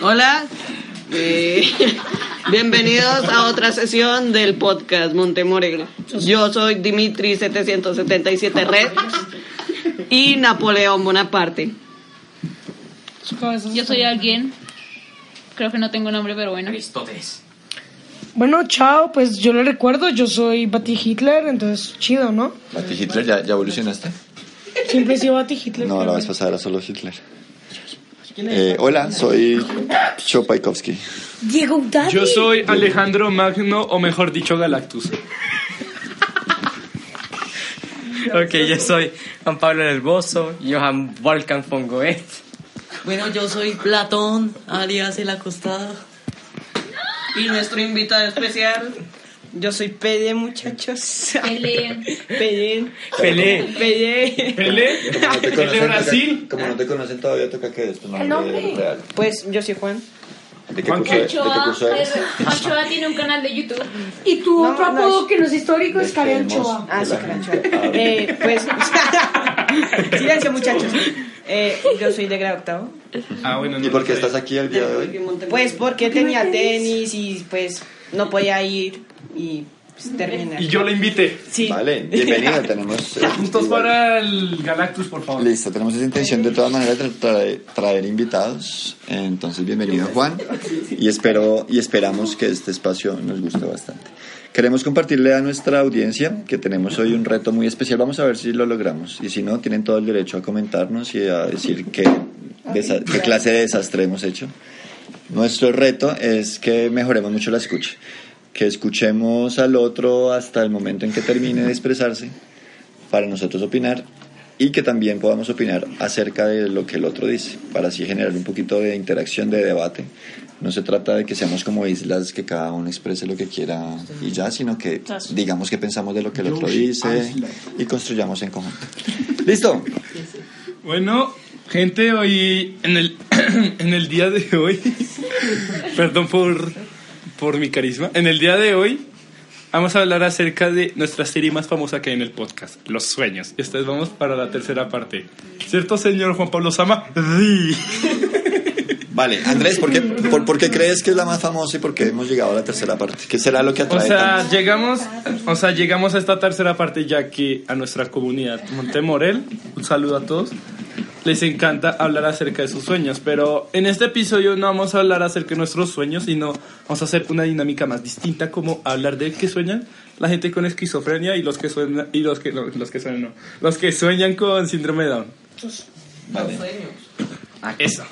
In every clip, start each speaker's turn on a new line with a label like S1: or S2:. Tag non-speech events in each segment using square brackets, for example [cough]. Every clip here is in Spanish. S1: Hola, eh, [laughs] bienvenidos a otra sesión del podcast Montemorel. Yo soy Dimitri 777 Red y Napoleón Bonaparte.
S2: Yo soy alguien. Creo que no tengo nombre, pero bueno.
S3: Aristóteles.
S4: Bueno, chao, pues yo le recuerdo, yo soy Batty Hitler, entonces chido, ¿no?
S5: Mati Hitler, ¿ya, ya evolucionaste?
S4: Siempre he sido Batty Hitler.
S5: No, la vez pasada era solo Hitler. Eh, hola, soy Chopaikovsky.
S6: Diego Daddy.
S7: Yo soy Alejandro Magno, o mejor dicho, Galactus.
S8: Ok, yo soy Juan Pablo del Bozo, Johan Volkan von Goethe.
S9: Bueno, yo soy Platón, alias el acostado.
S1: Y nuestro invitado especial,
S9: Yo soy Pelle, muchachos.
S2: Peleen.
S9: Pelle.
S8: Pelé.
S9: Pelle.
S7: ¿Pele? ¿El [laughs] de Brasil?
S5: como no te conocen todavía, toca que es tu nombre,
S4: nombre.
S5: real.
S9: Pues yo soy Juan.
S5: ¿De qué
S7: Juan,
S5: curso,
S7: ¿qué?
S5: de qué
S2: Ochoa,
S5: curso eres?
S2: es- Ochoa tiene un canal de YouTube.
S4: Y tu
S9: No,
S4: otro
S9: no,
S4: apodo
S9: es-
S4: que no es histórico es Karen
S5: Dejemos
S4: Choa.
S9: Ah,
S5: que
S9: sí,
S5: la
S4: [laughs]
S9: Carancho.
S5: gente hable.
S9: Eh, pues. Silencio, muchachos. Eh, yo soy de grado octavo.
S7: Ah, bueno,
S5: [laughs]
S7: no
S5: ¿Y por qué
S7: lo sé.
S5: estás aquí el día de hoy?
S9: Pues porque tenía tenis y pues no podía ir y pues, terminar.
S7: Y yo le invité.
S9: Sí.
S5: Vale, bienvenido, tenemos... eh,
S7: Puntos
S5: igual-
S7: para el Galactus, por favor.
S5: Listo, tenemos esa intención de todas maneras de traer, traer invitados. Entonces, bienvenido Juan. Y espero y esperamos que este espacio nos guste bastante. Queremos compartirle a nuestra audiencia que tenemos hoy un reto muy especial. Vamos a ver si lo logramos. Y si no, tienen todo el derecho a comentarnos y a decir qué, desa- qué clase de desastre hemos hecho. Nuestro reto es que mejoremos mucho la escucha. Que escuchemos al otro hasta el momento en que termine de expresarse para nosotros opinar y que también podamos opinar acerca de lo que el otro dice, para así generar un poquito de interacción, de debate. No se trata de que seamos como islas, que cada uno exprese lo que quiera y ya, sino que digamos que pensamos de lo que el otro dice y construyamos en conjunto. [laughs] ¿Listo?
S7: Bueno, gente, hoy en el, [clears throat] en el día de hoy, [laughs] perdón por, por mi carisma, en el día de hoy vamos a hablar acerca de nuestra serie más famosa que hay en el podcast, Los Sueños. Y esta vez vamos para la tercera parte. ¿Cierto, señor Juan Pablo Sama? Sí.
S5: Vale, Andrés, ¿por qué, por, por qué crees que es la más famosa y por qué hemos llegado a la tercera parte? ¿Qué será lo que
S7: O
S5: atrae?
S7: sea,
S5: tanto?
S7: llegamos, o sea, llegamos a esta tercera parte ya que a nuestra comunidad Montemorel, un saludo a todos, les encanta hablar acerca de sus sueños, pero en este episodio no vamos a hablar acerca de nuestros sueños, sino vamos a hacer una dinámica más distinta como hablar de qué sueñan la gente con esquizofrenia y los que sueñan y los que no, los que sueñan no, los que sueñan con síndrome de Down.
S5: Vale.
S8: A,
S7: Eso.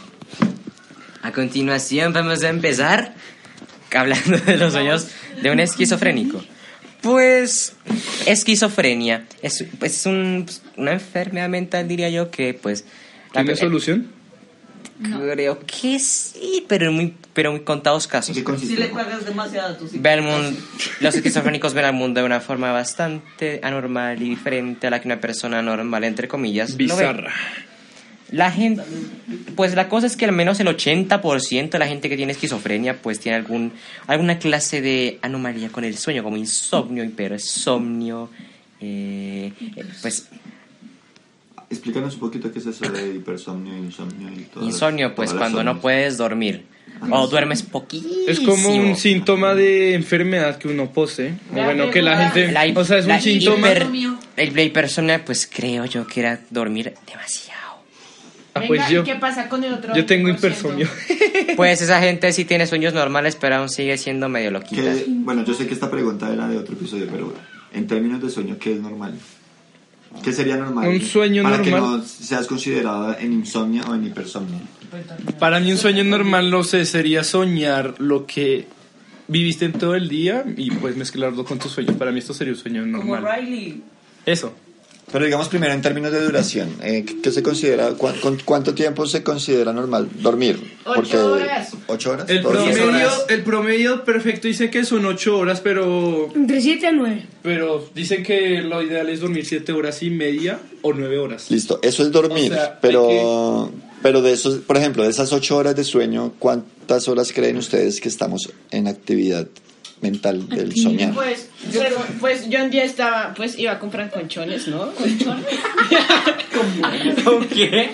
S8: a continuación vamos a empezar hablando de los sueños de un esquizofrénico. Pues esquizofrenia es, pues, es un- una enfermedad mental, diría yo, que pues... la-
S7: ¿Tiene solución?
S8: Creo que sí, pero en muy, pero muy contados casos.
S1: si le pagas demasiado a tus hijos.
S8: Ver el mundo- los esquizofrénicos ven al mundo de una forma bastante anormal y diferente a la que una persona normal, entre comillas, lo ve.
S7: Bizarra.
S8: La gente, pues la cosa es que al menos el 80% de la gente que tiene esquizofrenia pues tiene algún, alguna clase de anomalía con el sueño, como insomnio, hipersomnio, eh, eh, pues
S5: Explícanos un poquito qué es eso de hipersomnio, insomnio y todo.
S8: insomnio, pues cuando no puedes dormir o duermes poquísimo.
S7: Es como un síntoma de enfermedad que uno posee. O bueno, que la gente,
S8: La hi-
S7: o sea, es
S8: la
S7: un síntoma
S8: hiper- el, la hipersomnia pues creo yo que era dormir demasiado.
S7: Ah, pues yo.
S2: pasa con el otro?
S7: Yo tengo hipersomnio.
S8: Pues esa gente sí tiene sueños normales, pero aún sigue siendo medio loquita.
S5: Que- bueno, yo sé que esta pregunta era de otro episodio, pero en términos de sueño, ¿qué es normal? ¿Qué sería normal?
S7: Un sueño
S5: Para
S7: normal.
S5: que no seas considerada en insomnia o en hipersomnia.
S7: Para mí un sueño normal, no sé, sería soñar lo que viviste en todo el día y pues mezclarlo con tus sueños. Para mí esto sería un sueño
S1: Como
S7: normal.
S1: Riley.
S7: Eso.
S5: Pero digamos primero en términos de duración, eh, ¿qué qué se considera, cuán- con- cuánto tiempo se considera normal dormir?
S2: Ocho horas.
S5: ¿Ocho horas?
S7: El
S5: ¿Todos los días?
S7: promedio,
S8: horas.
S7: el promedio perfecto dice que son 8 horas, pero,
S4: Entre 7 a 9.
S7: pero dicen que lo ideal es dormir 7 horas y media o 9 horas.
S5: Listo, eso es dormir,
S7: O sea,
S5: pero, pero de esos, por ejemplo, de esas ocho horas de sueño, ¿cuántas horas creen ustedes que estamos en actividad mental del soñar.
S9: Pues, pero, pues yo un día estaba, pues iba a comprar conchones, [laughs] ¿no?
S8: ¿Con qué?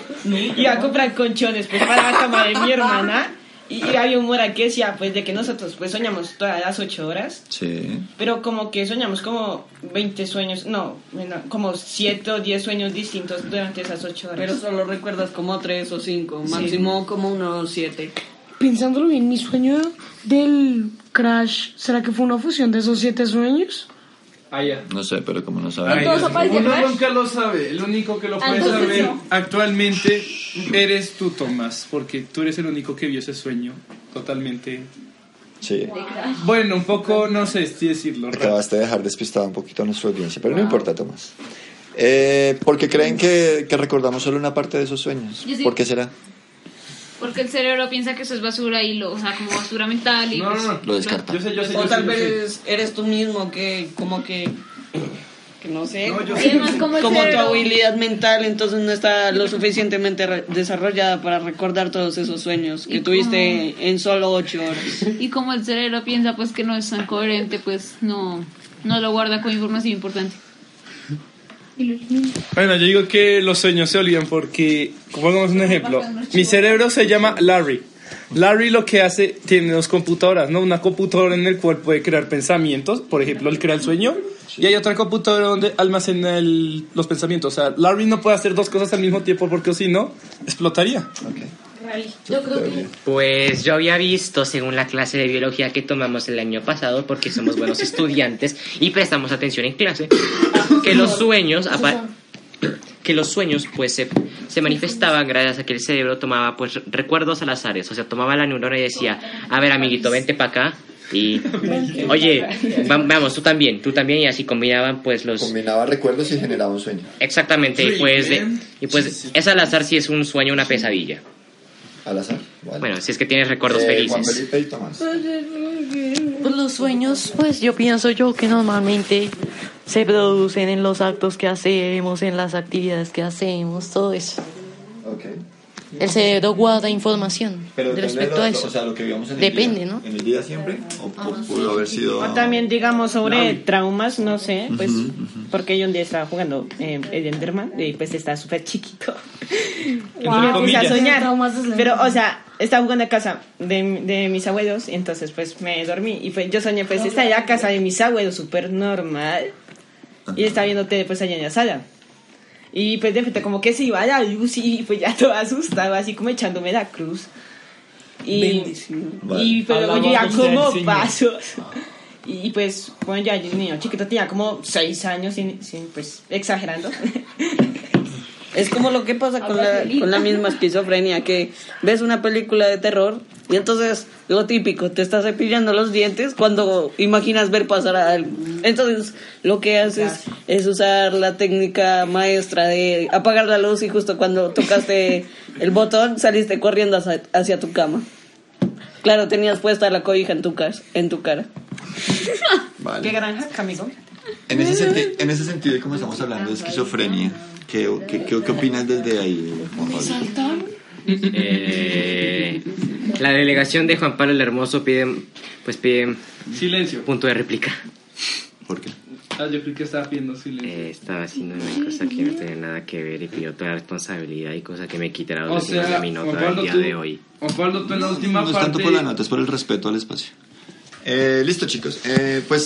S9: iba a comprar conchones, pues para la cama de mi hermana. Y y había un mora que decía, pues, de que nosotros, pues, soñamos todas las ocho horas.
S5: Sí.
S9: Pero como que soñamos como 20 sueños, no, bueno, como 7 o 10 sueños distintos durante esas 8 horas.
S1: Pero solo recuerdas como tres o cinco, máximo como unos siete.
S4: Pensándolo bien, mi sueño del crash, ¿será que fue una fusión de esos siete sueños?
S7: Allá.
S5: No sé, pero Ah, como no
S7: Ay,
S5: sabes.
S7: Dios
S3: Entonces,
S7: mío.
S3: aparece
S7: Uno
S3: Rush.
S7: nunca lo sabe. El único que lo puede
S3: entonces
S7: saber
S3: no.
S7: actualmente eres tú, Tomás, porque tú eres el único que vio ese sueño totalmente.
S5: Sí.
S7: Bueno, un poco no sé si decirlo. raro.
S5: Acabaste de dejar despistada un poquito a nuestra audiencia, pero no importa, Tomás. Eh, ¿Por qué creen que, que recordamos solo una parte de esos sueños?
S3: Yo sí.
S5: ¿Por qué será?
S2: Porque el cerebro piensa que eso es basura y lo, o sea, como basura mental y
S7: No,
S2: pues,
S7: no, no.
S5: Lo descarta.
S7: Yo sé, yo sé, yo
S1: O
S7: sé,
S1: tal
S7: yo sé.
S1: vez eres tú mismo que como que, que no sé,
S7: No, yo
S3: Y
S7: sé.
S3: además, como el
S1: como tu
S3: cerebro-
S1: habilidad mental entonces no está lo suficientemente re- desarrollada para recordar todos esos sueños que
S2: ¿Y
S1: tuviste en solo ocho horas.
S2: y como el cerebro piensa pues que no es tan coherente, pues no no lo guarda con información importante.
S7: Bueno, yo digo que los sueños se olvidan porque, pongamos un ejemplo, mi cerebro se llama Larry. Larry lo que hace, tiene dos computadoras, ¿no? Una computadora en el cual puede crear pensamientos, por ejemplo, él crea el sueño, y hay otra computadora donde almacena el- los pensamientos. O sea, Larry no puede hacer dos cosas al mismo tiempo porque si no, explotaría.
S3: Yo creo que
S8: Pues yo había visto, según la clase de biología que tomamos el año pasado, porque somos
S5: [laughs]
S8: buenos estudiantes y prestamos atención en clase, que los sueños, apa- que los sueños, pues se, se manifestaban gracias a que el cerebro tomaba pues recuerdos al azar, o sea, tomaba la neurona y decía, a ver, amiguito, vente para acá y, oye, va- vamos, tú también, tú también y así combinaban pues los
S5: Combinaba recuerdos y generaba un sueño.
S8: exactamente y pues de- y pues es al azar si es un sueño o una pesadilla.
S5: Al azar. Vale.
S8: Bueno, si es que tienes recuerdos
S5: Eh, Juan
S8: felices.
S5: Felipe y Tomás.
S6: Pues los sueños, pues yo pienso yo que normalmente se producen en los actos que hacemos, en las actividades que hacemos, todo eso.
S5: Ok.
S6: El cerebro guarda información
S5: Pero
S6: de
S5: depende
S6: respecto
S5: de
S6: a
S5: lo-
S6: eso.
S5: o sea, lo que vivamos en
S6: Depende,
S5: el día.
S6: ¿no? Ah,
S5: En el día siempre. O pu- pudo haber sido.
S9: O también digamos sobre traumas, no sé, pues porque yo un día estaba jugando eh, el Enderman y pues estaba súper chiquito. y me puse a
S7: comillas.
S9: soñar.
S4: Traumas de Slender.
S9: Pero, o sea, estaba jugando a casa de, de mis abuelos y entonces pues me dormí y pues yo soñé pues estaba en la casa de mis abuelos súper normal y estaba viendo tele pues allá en la sala. Y pues de repente como que se iba a la luz y pues ya [laughs] todo asustado, así como echándome la cruz. Y, y pero luego yo ya
S7: Alabado sea el
S9: como
S7: Señor.
S9: pasos. Y pues, bueno, ya el niño chiquito tenía como 6 años, sin, sin, pues exagerando. [laughs]
S1: Es como lo que pasa con la, con la misma esquizofrenia, que ves una película de terror y entonces lo típico, te estás cepillando los dientes cuando imaginas ver pasar algo. Entonces lo que haces es usar la técnica maestra de apagar la luz y justo cuando tocaste el botón saliste corriendo hacia, hacia tu cama. Claro, tenías puesta la cobija en tu, cas- en tu
S9: [laughs]
S1: cara.
S5: Vale.
S9: Qué gran hack, amigo.
S5: En ese, senti- en ese sentido, y como estamos hablando de esquizofrenia, ¿qué, qué, qué, qué opinas desde ahí, Juan Pablo?
S8: Eh, la delegación de Juan Pablo el Hermoso pide, pues pide
S7: Silencio.
S8: punto de réplica.
S5: ¿Por qué?
S7: Ah, yo creí que estaba pidiendo silencio.
S8: Eh,
S5: Este.
S8: estaba haciendo una cosa que no tenía nada que ver y pidió toda la responsabilidad y cosa que me quitará
S7: O
S8: dos décimas de
S7: sea,
S8: mi
S7: Juan
S8: nota del
S7: Pablo,
S8: día
S7: tú,
S8: de hoy.
S7: Juan Pablo, tú en la última
S5: No es
S7: parte...
S5: tanto por la nota, es por el respeto al espacio. Eh, listo, chicos. Eh, pues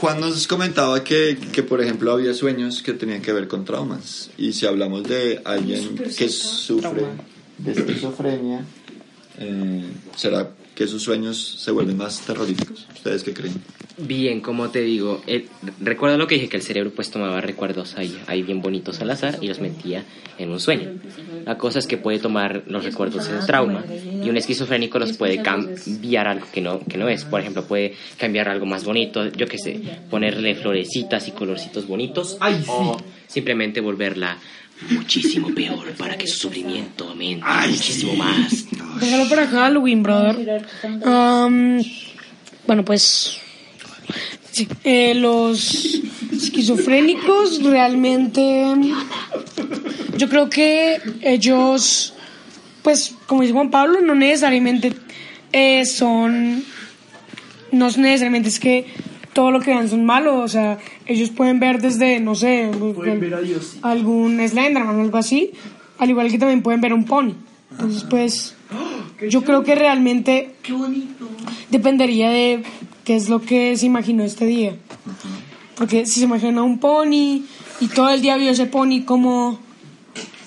S5: Juan nos comentaba que, que, por ejemplo, había sueños que tenían que ver con traumas. Y si hablamos de alguien que sufre de esquizofrenia, eh, ¿será que sus sueños se vuelven más terroríficos? ¿Ustedes qué creen?
S8: Bien, como te digo, eh, recuerda lo que dije, que el cerebro pues tomaba recuerdos ahí, ahí bien bonitos al azar y los metía en un sueño. La cosa es que puede tomar los recuerdos en trauma y un esquizofrénico los puede cambiar algo que no, que no es. Por ejemplo, puede cambiar algo más bonito, yo qué sé, ponerle florecitas y colorcitos bonitos
S7: Ay, sí.
S8: o simplemente volverla muchísimo peor para que su sufrimiento aumente muchísimo más.
S4: Déjalo para Halloween, brother. Am, bueno, pues. sí, eh, los esquizofrénicos realmente. Yo creo que ellos, pues, como dice Juan Pablo, no necesariamente eh, son no es necesariamente es que todo lo que vean son malos, o sea, ellos pueden ver desde, no sé,
S7: Pueden ver a Dios.
S4: algún Slenderman o algo así, al igual que también pueden ver un pony. Entonces, pues, yo creo que realmente dependería de qué es lo que se imaginó este día. Porque si se imaginó un pony y todo el día vio ese pony como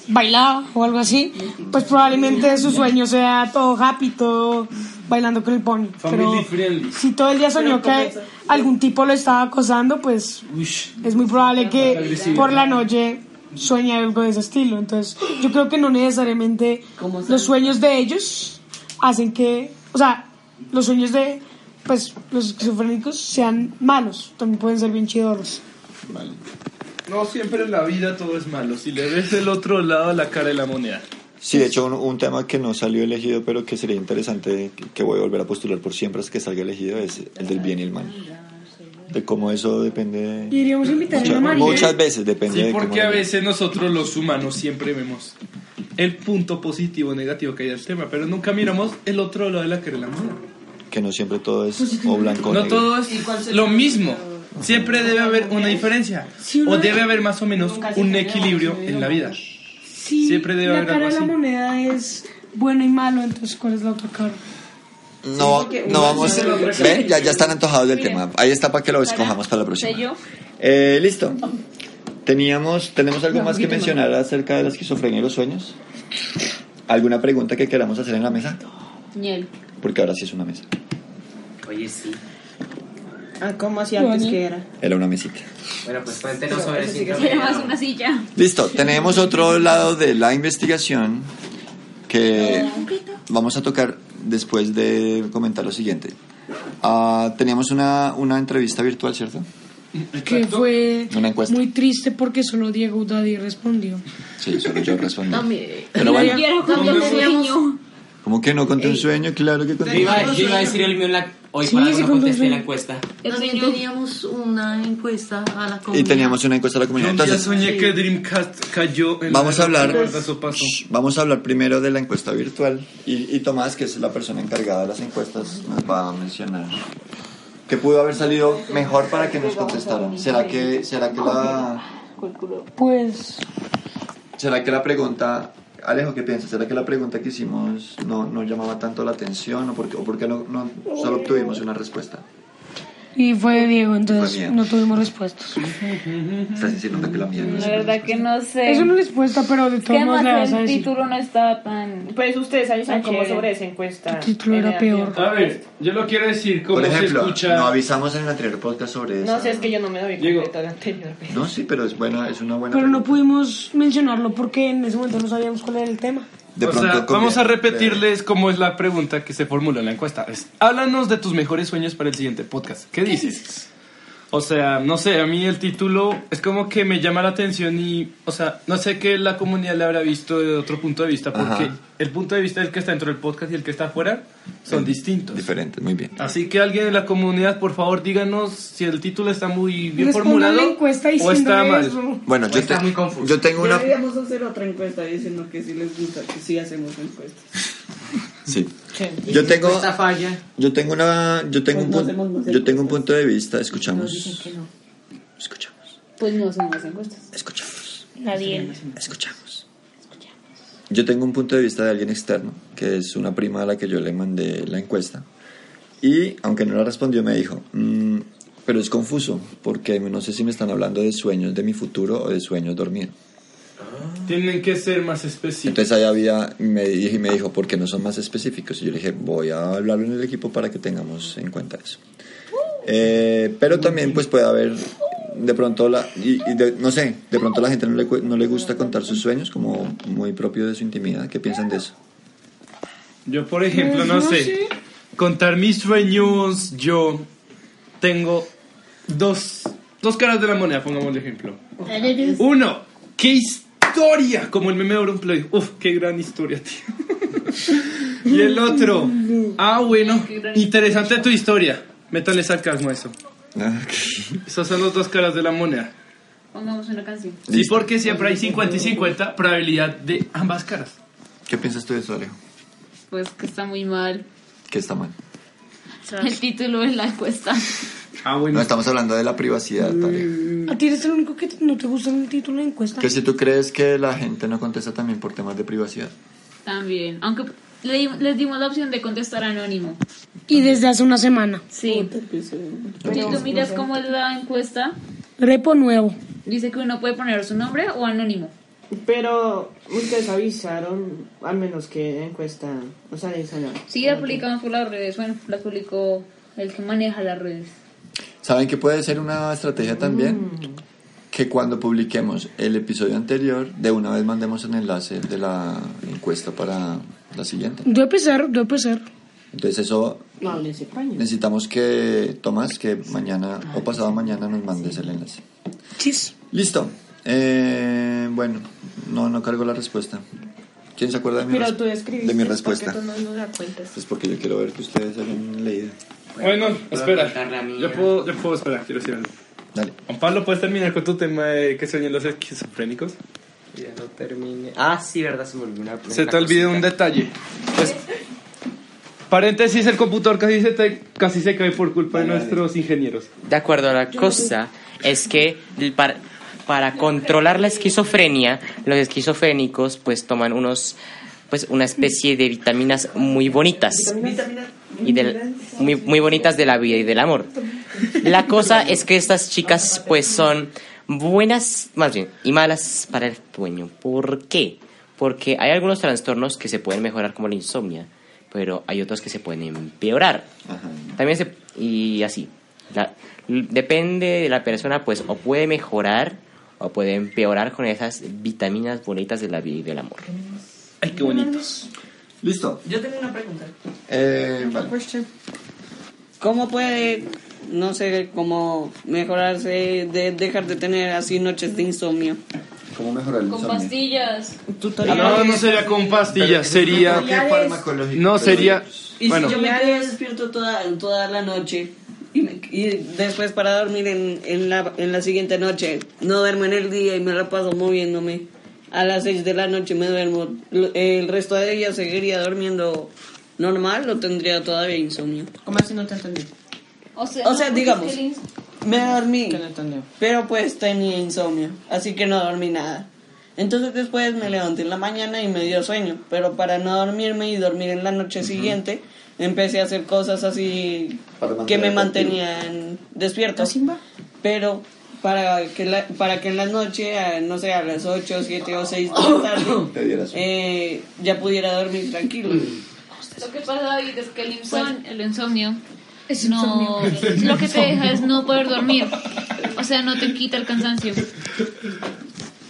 S4: bailaba o algo así, pues probablemente su sueño sea todo happy, todo bailando con el pony.
S7: Family
S4: Pero
S7: friendly.
S4: si todo el día soñó que algún tipo lo estaba acosando, pues
S7: Ush.
S4: es muy probable que por la noche sueñe algo de ese estilo. Entonces, yo creo que no necesariamente los sueños de ellos hacen que, o sea, los sueños de pues los esquizofrénicos sean malos, también pueden ser bien chidoros.
S5: Vale.
S7: No siempre en la vida todo es malo. Si le ves el otro lado la cara de la moneda.
S5: Sí, de hecho, un, un tema que no salió elegido, pero que sería interesante, que, que voy a volver a postular por siempre hasta que salga elegido, es el del bien y el mal. De cómo eso depende.
S4: Iríamos a invitar
S5: mucha- muchas veces depende
S7: Sí,
S5: de cómo
S7: porque
S5: lo-
S7: a veces nosotros los humanos siempre vemos el punto positivo o negativo que hay del tema, pero nunca miramos el otro lado de la cara de la moneda.
S5: Que no siempre todo es o blanco o
S7: No
S5: negro.
S7: todo es lo mismo. Siempre debe haber una diferencia. O debe haber más o menos un equilibrio en la vida.
S4: Sí,
S7: Siempre debe
S4: la
S7: haber
S4: cara
S7: algo
S4: de la
S7: así.
S4: moneda es bueno y malo, entonces ¿cuál es la otra cara?
S5: No, no vamos. Ven, ya, ya están antojados del tema. Ahí está para que lo escojamos para la próxima. Eh, Listo. Teníamos, ¿Tenemos algo más que mencionar acerca de la esquizofrenia y los sueños? ¿Alguna pregunta que queramos hacer en la mesa?
S2: Miel.
S5: Porque ahora sí es una mesa.
S8: Oye, sí.
S9: Ah, ¿cómo hacía antes que era?
S5: Era una mesita.
S8: Bueno, pues cuéntenos sobre el
S2: Era
S8: síndrome.
S2: más una silla.
S5: Listo, tenemos otro lado de la investigación que vamos a tocar después de comentar lo siguiente. Ah, teníamos una, una entrevista virtual, ¿cierto?
S4: Que fue
S5: Una encuesta.
S4: muy triste porque solo Diego Daddy respondió.
S5: Sí, solo yo respondí.
S6: Dame.
S5: Pero bueno,
S2: Quiero con un sueño.
S5: ¿cómo que no conté un sueño? Claro que
S8: Eh, Yo
S5: conté.
S8: iba, yo iba a decir el mío en la, hoy
S4: Sí,
S8: por
S4: sí,
S8: algo no
S4: con
S8: contesté
S4: razón.
S8: la encuesta.
S2: El
S6: También
S2: sueño.
S6: teníamos una encuesta a la comunidad.
S5: Y teníamos una encuesta de la
S7: Yo
S5: comunidad.
S7: un día
S5: Entonces,
S7: soñé que Dreamcast cayó en
S5: vamos a
S7: la
S5: hablar,
S7: cuerda a su paso.
S5: Shh, vamos a hablar primero de la encuesta virtual. Y, y Tomás, que es la persona encargada de las encuestas, nos va a mencionar. ¿Qué pudo haber salido mejor para que nos contestaran? ¿Será que, será que la...
S4: Pues
S5: ¿Será que la pregunta, Alejo, qué piensas? ¿Será que la pregunta que hicimos no, no llamaba tanto la atención o por qué, o por qué no, no- solo obtuvimos una respuesta?
S4: y fue Diego, entonces
S5: Fue mía.
S4: no tuvimos respuestas.
S5: Estás diciendo que la mía no es.
S2: La verdad que no sé.
S4: Es una respuesta, pero de todos
S2: que
S4: modos le
S2: más
S4: vas a
S2: el
S4: decir.
S2: título no estaba tan.
S9: Pues ustedes avisan
S2: Está
S9: cómo
S2: chévere.
S9: sobre esa encuesta.
S4: Tu título
S9: en
S4: era
S9: la-
S4: peor.
S7: A ver, yo lo quiero decir como
S5: Por ejemplo,
S7: se escucha.
S5: no avisamos en el anterior podcast sobre eso.
S9: No sé, es que yo no me doy
S7: Diego.
S9: cuenta la anterior vez.
S5: No, sí, pero es, buena, es una buena
S4: Pero no
S5: pregunta.
S4: pudimos mencionarlo porque en ese momento no sabíamos cuál era el tema.
S5: De
S7: O sea,
S5: pronto con-
S7: vamos a repetirles cómo es la pregunta que se formula en la encuesta. Es, háblanos de tus mejores sueños para el siguiente podcast. ¿Qué, dices? O sea, no sé, a mí el título es como que me llama la atención y, o sea, no sé qué la comunidad le habrá visto de otro punto de vista, porque
S5: Ajá.
S7: el punto de vista del que está dentro del podcast y el que está afuera son distintos.
S5: Diferente, Eh, muy bien.
S7: Así que alguien de la comunidad, por favor, díganos si el título está muy bien
S4: Respondan
S7: formulado
S4: la encuesta
S7: o está
S4: diciendo
S7: mal.
S4: eso.
S5: Bueno, yo,
S8: Está
S5: te-
S8: muy confuso.
S5: yo tengo una...
S3: Deberíamos hacer otra encuesta diciendo que si les gusta, que sí hacemos encuestas.
S5: Sí. Yo tengo...
S8: Esta falla.
S5: Yo tengo una... Yo tengo, un,
S3: Nos
S5: pun-
S3: hacemos, nos
S5: yo tengo un punto de vista. Escuchamos. Escuchamos.
S2: Pues no son las encuestas.
S5: Escuchamos.
S2: Nadie.
S5: Escuchamos. Yo tengo un punto de vista de alguien externo, que es una prima a la que yo le mandé la encuesta. Y aunque no la respondió, me dijo, "Mm, pero es confuso, porque no sé si me están hablando de sueños de mi futuro o de sueños dormidos.
S7: Tienen que ser más específicos.
S5: Entonces ahí había, me, dije, me dijo, ¿por qué no son más específicos? Y yo le dije, voy a hablarlo en el equipo para que tengamos en cuenta eso. Eh, pero también pues puede haber, de pronto, la, y, y de- no sé, de pronto a la gente no le, cu- no le gusta contar sus sueños como muy propio de su intimidad. ¿Qué piensan de eso?
S7: Yo, por ejemplo, Pues, no, sé, contar mis sueños, yo tengo dos, dos caras de la moneda, pongamos el ejemplo.
S5: Uh.
S7: Uno, qué historia, como el meme de Auron Play, uf, qué gran historia, tío. [laughs] y el otro, ah, bueno, interesante tu historia, métale sarcasmo a eso. Esas son las dos caras de la moneda.
S2: Pongamos una canción.
S7: Sí,
S5: Listo.
S7: porque siempre hay 50 y 50 probabilidad de ambas caras.
S5: ¿Qué piensas tú de eso, Alejo?
S2: Pues que está muy mal.
S5: Que está mal.
S2: El título de la encuesta.
S7: Ah,
S5: No,
S7: bueno.
S5: estamos hablando de la privacidad, Tarea.
S4: ¿A ti eres el único que te- no te gusta el título de la encuesta?
S5: Que si tú crees que la gente no contesta también por temas de privacidad.
S2: También. Aunque le di- les dimos la opción de contestar anónimo.
S4: Y desde hace una semana.
S2: Sí. Si tú miras cómo es la encuesta,
S4: Repo nuevo.
S2: dice que uno puede poner su nombre o anónimo.
S9: Pero ustedes avisaron, al menos que la encuesta, o sea, les salió.
S2: Sí, la publicamos por las redes. Bueno, la publicó el que maneja las redes.
S5: ¿Saben que puede ser una estrategia también?
S9: Mm.
S5: Que cuando publiquemos el episodio anterior, de una vez mandemos el enlace de la encuesta para la siguiente.
S4: Debe pesar, debe pesar.
S5: Entonces eso
S9: No, en ese paño.
S5: necesitamos que, Tomás, que mañana
S9: Ah,
S5: o pasado mañana nos mandes el enlace.
S4: Chis.
S5: Listo. Eh, bueno, no, no cargo la respuesta. ¿Quién se acuerda de mi,
S9: Pero
S5: res-
S9: tú escribiste.
S5: de mi
S9: ¿por qué
S5: respuesta?
S9: tú no nos la cuentas?
S5: Pues porque yo quiero ver que ustedes hayan leído.
S7: Bueno,
S8: contar la
S7: espera.
S8: mía.
S7: Yo puedo, yo puedo esperar, quiero decir algo.
S5: Dale.
S7: Juan Pablo, ¿puedes terminar con tu tema de que sueñan los esquizofrénicos?
S8: Ya no terminé. Ah, sí, verdad, se me olvidó una
S7: Se te olvidó un detalle. Es- paréntesis, el computador casi se, te- casi se cae por culpa de nuestros ingenieros.
S8: De acuerdo, la cosa es que el par- para controlar la esquizofrenia, los esquizofrénicos pues toman unos pues una especie de vitaminas muy bonitas. Y del- muy, muy bonitas de la vida y del amor. La cosa es que estas chicas pues son buenas, más bien, y malas para el sueño. ¿Por qué? Porque hay algunos trastornos que se pueden mejorar como la insomnia, pero hay otros que se pueden empeorar.
S5: Ajá.
S8: También se... Y así. La- depende de la persona, pues, o puede mejorar o puede empeorar con esas vitaminas bonitas de la vida y del amor.
S7: Ay, qué bonitos.
S5: Listo.
S3: Yo tengo una pregunta.
S5: Eh, vale.
S1: ¿Cómo puede, no sé, como mejorarse de dejar de tener así noches de insomnio?
S5: ¿Cómo mejorar el
S2: Con
S5: insomnio?
S2: pastillas.
S7: Ah, No, no sería con pastillas, sería...
S5: Enfoque farmacológico.
S7: No, sería...
S1: Y
S7: Bueno,
S1: si yo me quedo despierto toda, toda la noche y, me- y después para dormir en, en, la, en la siguiente noche, no duermo en el día y me la paso moviéndome. A las 6 de la noche me duermo. Lo- El resto de ella seguiría durmiendo normal o tendría todavía insomnio.
S9: ¿Cómo así no te entendí?
S2: O sea,
S1: O sea,
S2: no, pues
S1: digamos.
S2: es que el ins-
S1: Me dormí.
S9: Que no entendí.
S1: Pero pues tenía insomnio, así que no dormí nada. Entonces después me levanté en la mañana y me dio sueño, pero para no dormirme y dormir en la noche siguiente, empecé a hacer cosas así
S5: Para mantener
S1: que me
S5: activo.
S1: mantenían despierto. Pero para que, la- para que en la noche, a, no sé, a las 8, 7 o 6 de la
S5: [coughs] Te
S1: tarde,
S5: diera sueño.
S1: eh, ya pudiera dormir tranquilo.
S5: [coughs]
S2: Lo que pasa, David, es que el, insom- el insomnio no, lo que te deja es no poder dormir. O sea, no te quita el cansancio.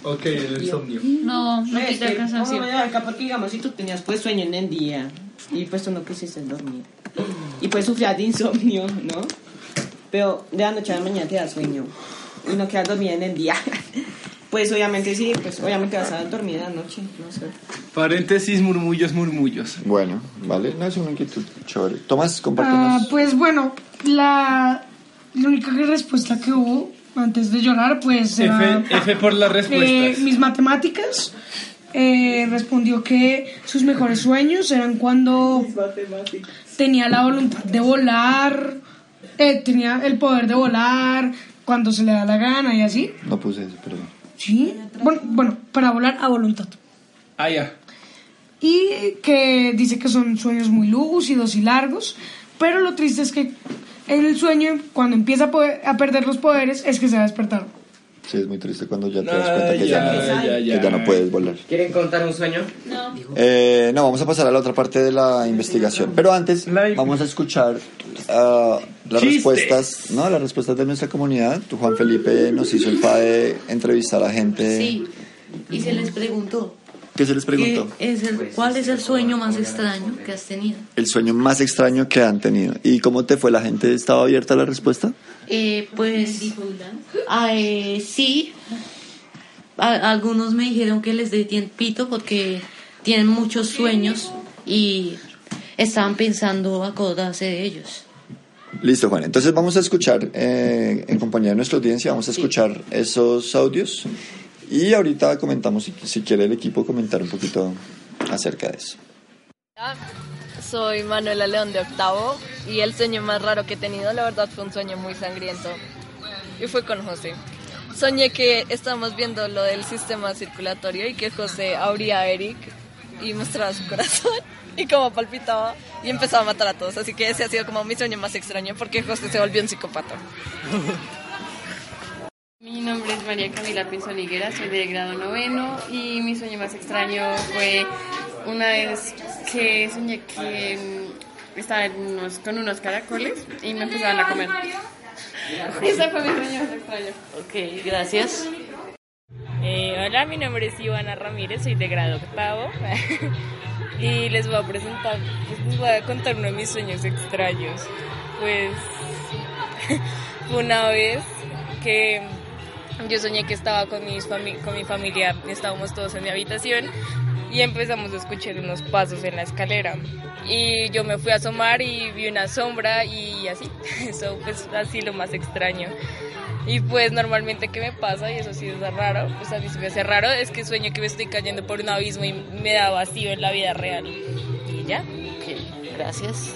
S7: ok, el insomnio.
S2: No, no
S9: Es
S2: quita el
S9: que, no,
S2: cansancio.
S9: me da acá porque digamos si tú tenías pues sueño en el día y pues tú no quisiste dormir y pues sufrías de insomnio, ¿no? Pero de la noche a la mañana te da sueño y no quedas dormida en el día. [laughs] Pues obviamente sí, pues obviamente vas a dormir en la noche, no sé.
S7: Paréntesis, murmullos, murmullos.
S5: Bueno, vale, no es una inquietud chévere. Tomás,
S4: Ah,
S5: compártenos.
S4: pues bueno, la, la única respuesta que hubo antes de llorar, pues era...
S7: F, F por las
S4: Eh,
S7: respuestas.
S4: mis matemáticas eh, respondió que sus mejores sueños eran cuando tenía la voluntad de volar, eh, tenía el poder de volar, cuando se le da la gana y así.
S6: Ah.
S5: No puse eso, perdón.
S4: Sí. Bueno, bueno, para volar a voluntad.
S7: Ah, ya.
S4: Y eh, que dice que son sueños muy lúcidos y largos, pero lo triste es que en el sueño, cuando empieza a, poder- a perder los poderes, es que se va a despertar.
S5: Sí, es muy triste cuando ya te das cuenta
S7: Ah,
S5: que ya, no,
S7: ya, ya,
S5: que ya no puedes volar.
S8: ¿Quieren contar un sueño?
S5: Eh, no, vamos a pasar a la otra parte de la investigación. Pero antes,
S7: La-
S5: vamos a escuchar ah, las
S7: Chistes.
S5: respuestas, ¿no? Las respuestas de nuestra comunidad. Tu Juan Felipe nos hizo el pa de entrevistar a gente.
S6: Sí. Y se les preguntó,
S5: ¿Qué se les preguntó?
S6: ¿qué es el, ¿cuál es el sueño más extraño que has tenido?
S5: El sueño más extraño que han tenido. ¿Y cómo te fue? ¿La gente estaba abierta a la respuesta?
S6: Eh, pues, ah, eh, sí. A- algunos me dijeron que les dé tiempito porque tienen muchos sueños y estaban pensando acordarse de ellos.
S5: Listo, Juan. Entonces vamos a escuchar, eh, en compañía de nuestra audiencia, vamos a escuchar esos audios y ahorita comentamos, si, si quiere el equipo, comentar un poquito acerca de eso.
S10: soy Manuela León de octavo y el sueño más raro que he tenido, la verdad, fue un sueño muy sangriento y fue con José. Soñé que estábamos viendo lo del sistema circulatorio y que José abría a Eric y mostraba su corazón [laughs] y como palpitaba y empezaba a matar a todos. Así que ese ha sido como mi sueño más extraño porque José se volvió un psicópata.
S11: Mi nombre es María Camila Pinzón Higuera, soy de grado noveno y mi sueño más extraño fue una vez que soñé que mm, estaba en unos- con unos caracoles y me empezaban a comer. [laughs] Ese fue mi sueño más extraño.
S10: Ok, gracias.
S12: Eh, hola, mi nombre es Ivana Ramírez, soy de
S11: [laughs]
S12: grado octavo y les voy a presentar, pues, les voy a contar uno de mis sueños extraños. Pues fue una vez que yo soñé que estaba con, mis fami- con mi familia, estábamos todos en mi habitación y empezamos a escuchar unos pasos en la escalera. Y yo me fui a asomar y vi una sombra y así, [laughs] eso pues así lo más extraño. Y pues normalmente que me pasa, y eso sí es raro, pues a mí se me hace raro, es que sueño que me estoy cayendo por un abismo y me da vacío en la vida real. Y ya.
S10: gracias.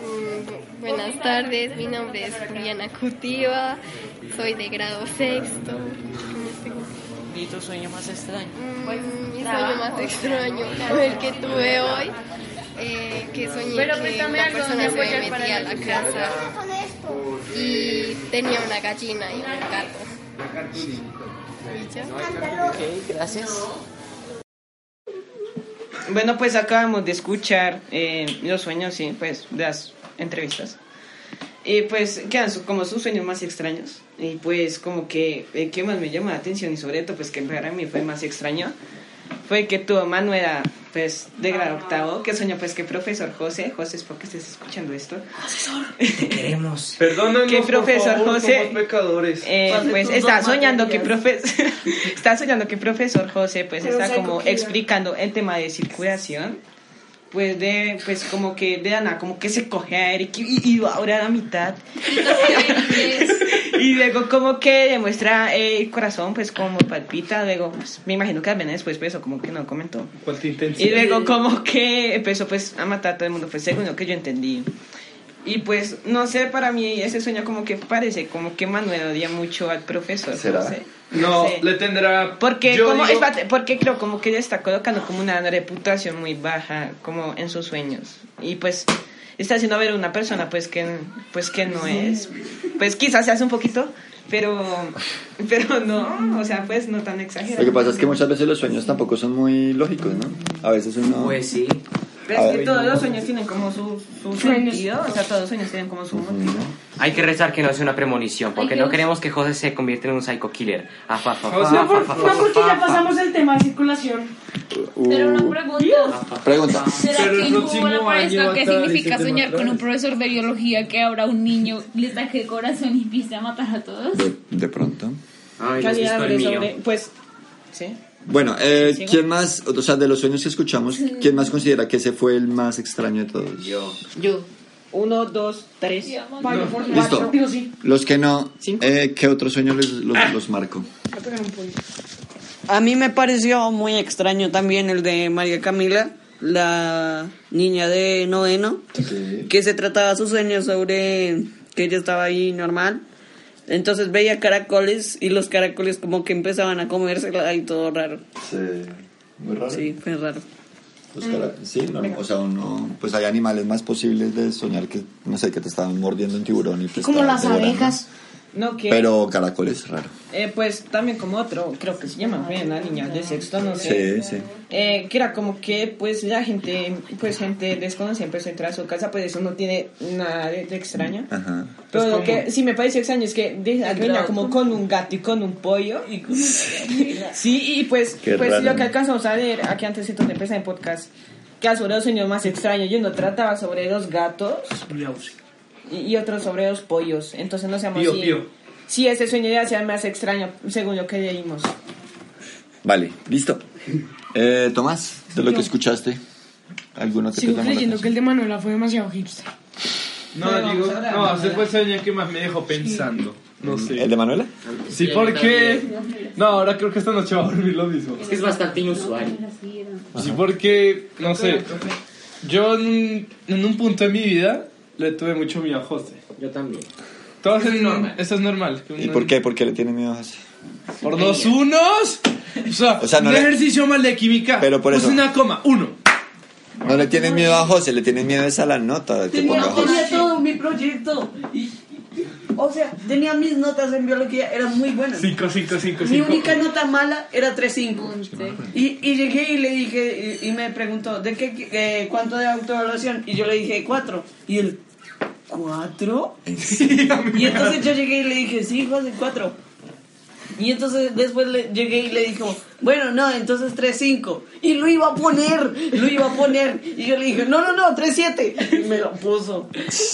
S13: Mm, Buenas tardes, mi nombre es Juliana Cutiva, soy de grado sexto.
S6: ¿Y tu sueño más extraño?
S13: Mm, Mi sueño más extraño fue el que tuve hoy, eh, que soñé
S11: Pero
S13: que
S11: préstame
S13: una
S11: algo,
S13: persona
S11: me
S13: se
S11: voy a ir
S13: me
S11: para
S13: metía a
S11: la
S13: la
S11: cocina.
S13: casa y tenía una gallina y un gato.
S6: gracias.
S9: Bueno, pues acabamos de escuchar eh, los sueños, sí, pues, de las entrevistas. Y pues quedan su- como sus sueños más extraños. Y pues como que, eh, ¿qué más me llama la atención? Y sobre todo, pues que para mí fue más extraño, fue que tu mamá no era, pues, de grado octavo, que soñó, pues, que profesor José, José, es porque estés escuchando esto.
S8: Queremos.
S7: [laughs] Perdónanos,
S9: que
S7: por
S9: profesor
S7: favor,
S9: José
S7: somos pecadores.
S9: eh,
S7: Pase
S9: pues
S7: tus
S9: está
S7: dos
S9: soñando que
S7: materias.
S9: profesor [laughs] está soñando que profesor José pues
S7: Pero
S9: está
S7: sabe
S9: como
S7: cogida.
S9: explicando el tema de circulación pues de pues como que de Ana como que se coge a Eric y, y ahora a la mitad [laughs] y luego como que demuestra eh, el corazón pues como palpita luego pues, me imagino que también después pues eso como que no comentó
S7: Cuánta
S9: y
S7: intensidad.
S9: luego como que empezó pues a matar a todo el mundo, pues según lo que yo entendí. Y pues no sé, para mí ese sueño como que parece como que Manuel odia mucho al profesor.
S7: ¿Será?
S9: No, sé.
S7: No,
S9: sé.
S7: le tendrá.
S9: Porque,
S7: Yo
S9: como,
S7: digo-
S9: espérate, porque creo como que ella está colocando como una reputación muy baja como en sus sueños. Y pues está haciendo ver una persona pues que, pues, que no es. Pues quizás se hace un poquito, pero, pero no, o sea, pues no tan exagerado.
S5: Lo que pasa es que muchas veces los sueños tampoco son muy lógicos, ¿no? A veces uno...
S8: Pues sí.
S9: Pero es que todos los sueños tienen como su, su sentido, o sea, todos los sueños tienen como su motivo.
S8: Hay que rezar que no sea una premonición, porque
S9: Ay,
S8: no
S9: Dios.
S8: queremos que José se convierta en un psycho killer. Afa, fa, fa,
S4: No,
S8: fa,
S4: por-
S8: fa,
S4: no,
S8: fa,
S4: porque
S8: fa,
S4: ya
S8: fa.
S4: pasamos el tema de circulación.
S2: Pero una pregunta.
S5: Pregunta.
S2: ¿Será que en Google aparezca qué significa
S5: dice que
S2: soñar
S5: no
S2: con un profesor de biología que habrá un niño, le saque el corazón y empiece a matar a todos?
S5: De pronto.
S9: Calidad de sobre- Pues, sí.
S5: Bueno, eh,
S9: ¿Sigo?
S5: ¿quién más, o sea, de los sueños que escuchamos, quién más considera que ese fue el más extraño de todos?
S8: Yo.
S9: Yo. Uno, dos, tres.
S4: Vale, por
S5: Listo.
S4: cuatro. Digo, sí.
S5: Los que no, eh, ¿qué otro sueño les, los, los marco?
S4: Voy a pegar un pollo.
S1: A mí me pareció muy extraño también el de María Camila, la niña de noveno, que se trataba su sueño sobre que ella estaba ahí normal. Entonces veía caracoles y los caracoles como que empezaban a comérsela y todo raro.
S5: Muy raro.
S1: Sí, fue raro.
S5: Los cara- Sí, no, o sea, uno, pues hay animales más posibles de soñar que, no sé, que te estaban mordiendo un tiburón y te estaban devorando.
S9: No, que.
S5: Pero caracoles, raro.
S9: eh, pues también como otro, creo que se llama, fue una niña de sexto, no sé.
S5: Sí, sí.
S9: Eh, que era como que, pues, la gente, pues, gente desconocida, pues, entra a su casa, pues, eso no tiene nada de, de extraño.
S5: Ajá.
S7: Pues,
S9: Pero lo
S5: ¿cómo?
S9: que sí me pareció extraño es que deja que venía como con un gato y con un pollo. Y [laughs] con- sí, y pues,
S5: Qué
S9: pues
S5: raro.
S9: lo que alcanzamos a leer aquí antes de empezar el podcast, que era sobre los sueños más extraños. Yo no trataba sobre los gatos y, y otro sobre los pollos. Entonces no sabemos
S5: Pío,
S9: si,
S5: pío.
S9: si ese sueño ya sea más extraño según lo que leímos.
S5: Vale,
S7: [laughs]
S5: listo. Eh, Tomás, de lo
S4: Yo.
S5: que escuchaste, ¿alguno que
S4: Sigo
S5: te llamó la
S4: creyendo que el de Manuela fue demasiado hipster.
S7: No, digo. No, ese fue el sueño que más me dejó pensando. No sé.
S5: ¿El de Manuela?
S7: Sí, porque. No, ahora creo que esta noche va a dormir lo mismo.
S14: Es que es bastante inusual.
S7: Sí, porque, no sé, yo en, en un punto de mi vida le tuve mucho miedo a José.
S14: Yo también.
S7: Todo es normal. Eso es normal. que
S5: ¿Y
S7: uno-
S5: por qué? ¿Por qué le tiene miedo a José?
S7: Por dos unos. O sea,
S5: O sea, no
S7: un
S5: le-
S7: ejercicio mal de química.
S5: Pero por
S7: Puse
S5: eso-
S7: una coma, uno.
S5: No le tienen miedo a José, le tienen miedo es a la nota que
S1: Tenía,
S5: ponga José.
S1: tenía todo mi proyecto. Y, y- o sea, tenía mis notas en biología, eran muy buenas.
S7: 5, 5, 5,
S1: Mi única nota mala era 3.5. Y, y llegué y le dije, y, y me preguntó, ¿de qué, eh, cuánto de autoevaluación? Y yo le dije, 4. Y él, ¿4? y entonces yo llegué y le dije, sí, José, 4. Y entonces después le- llegué y le dijo, bueno, no, entonces 3.5. Y lo iba a poner, lo iba a poner. Y yo le dije, no, no, no, 3.7. Y me lo puso.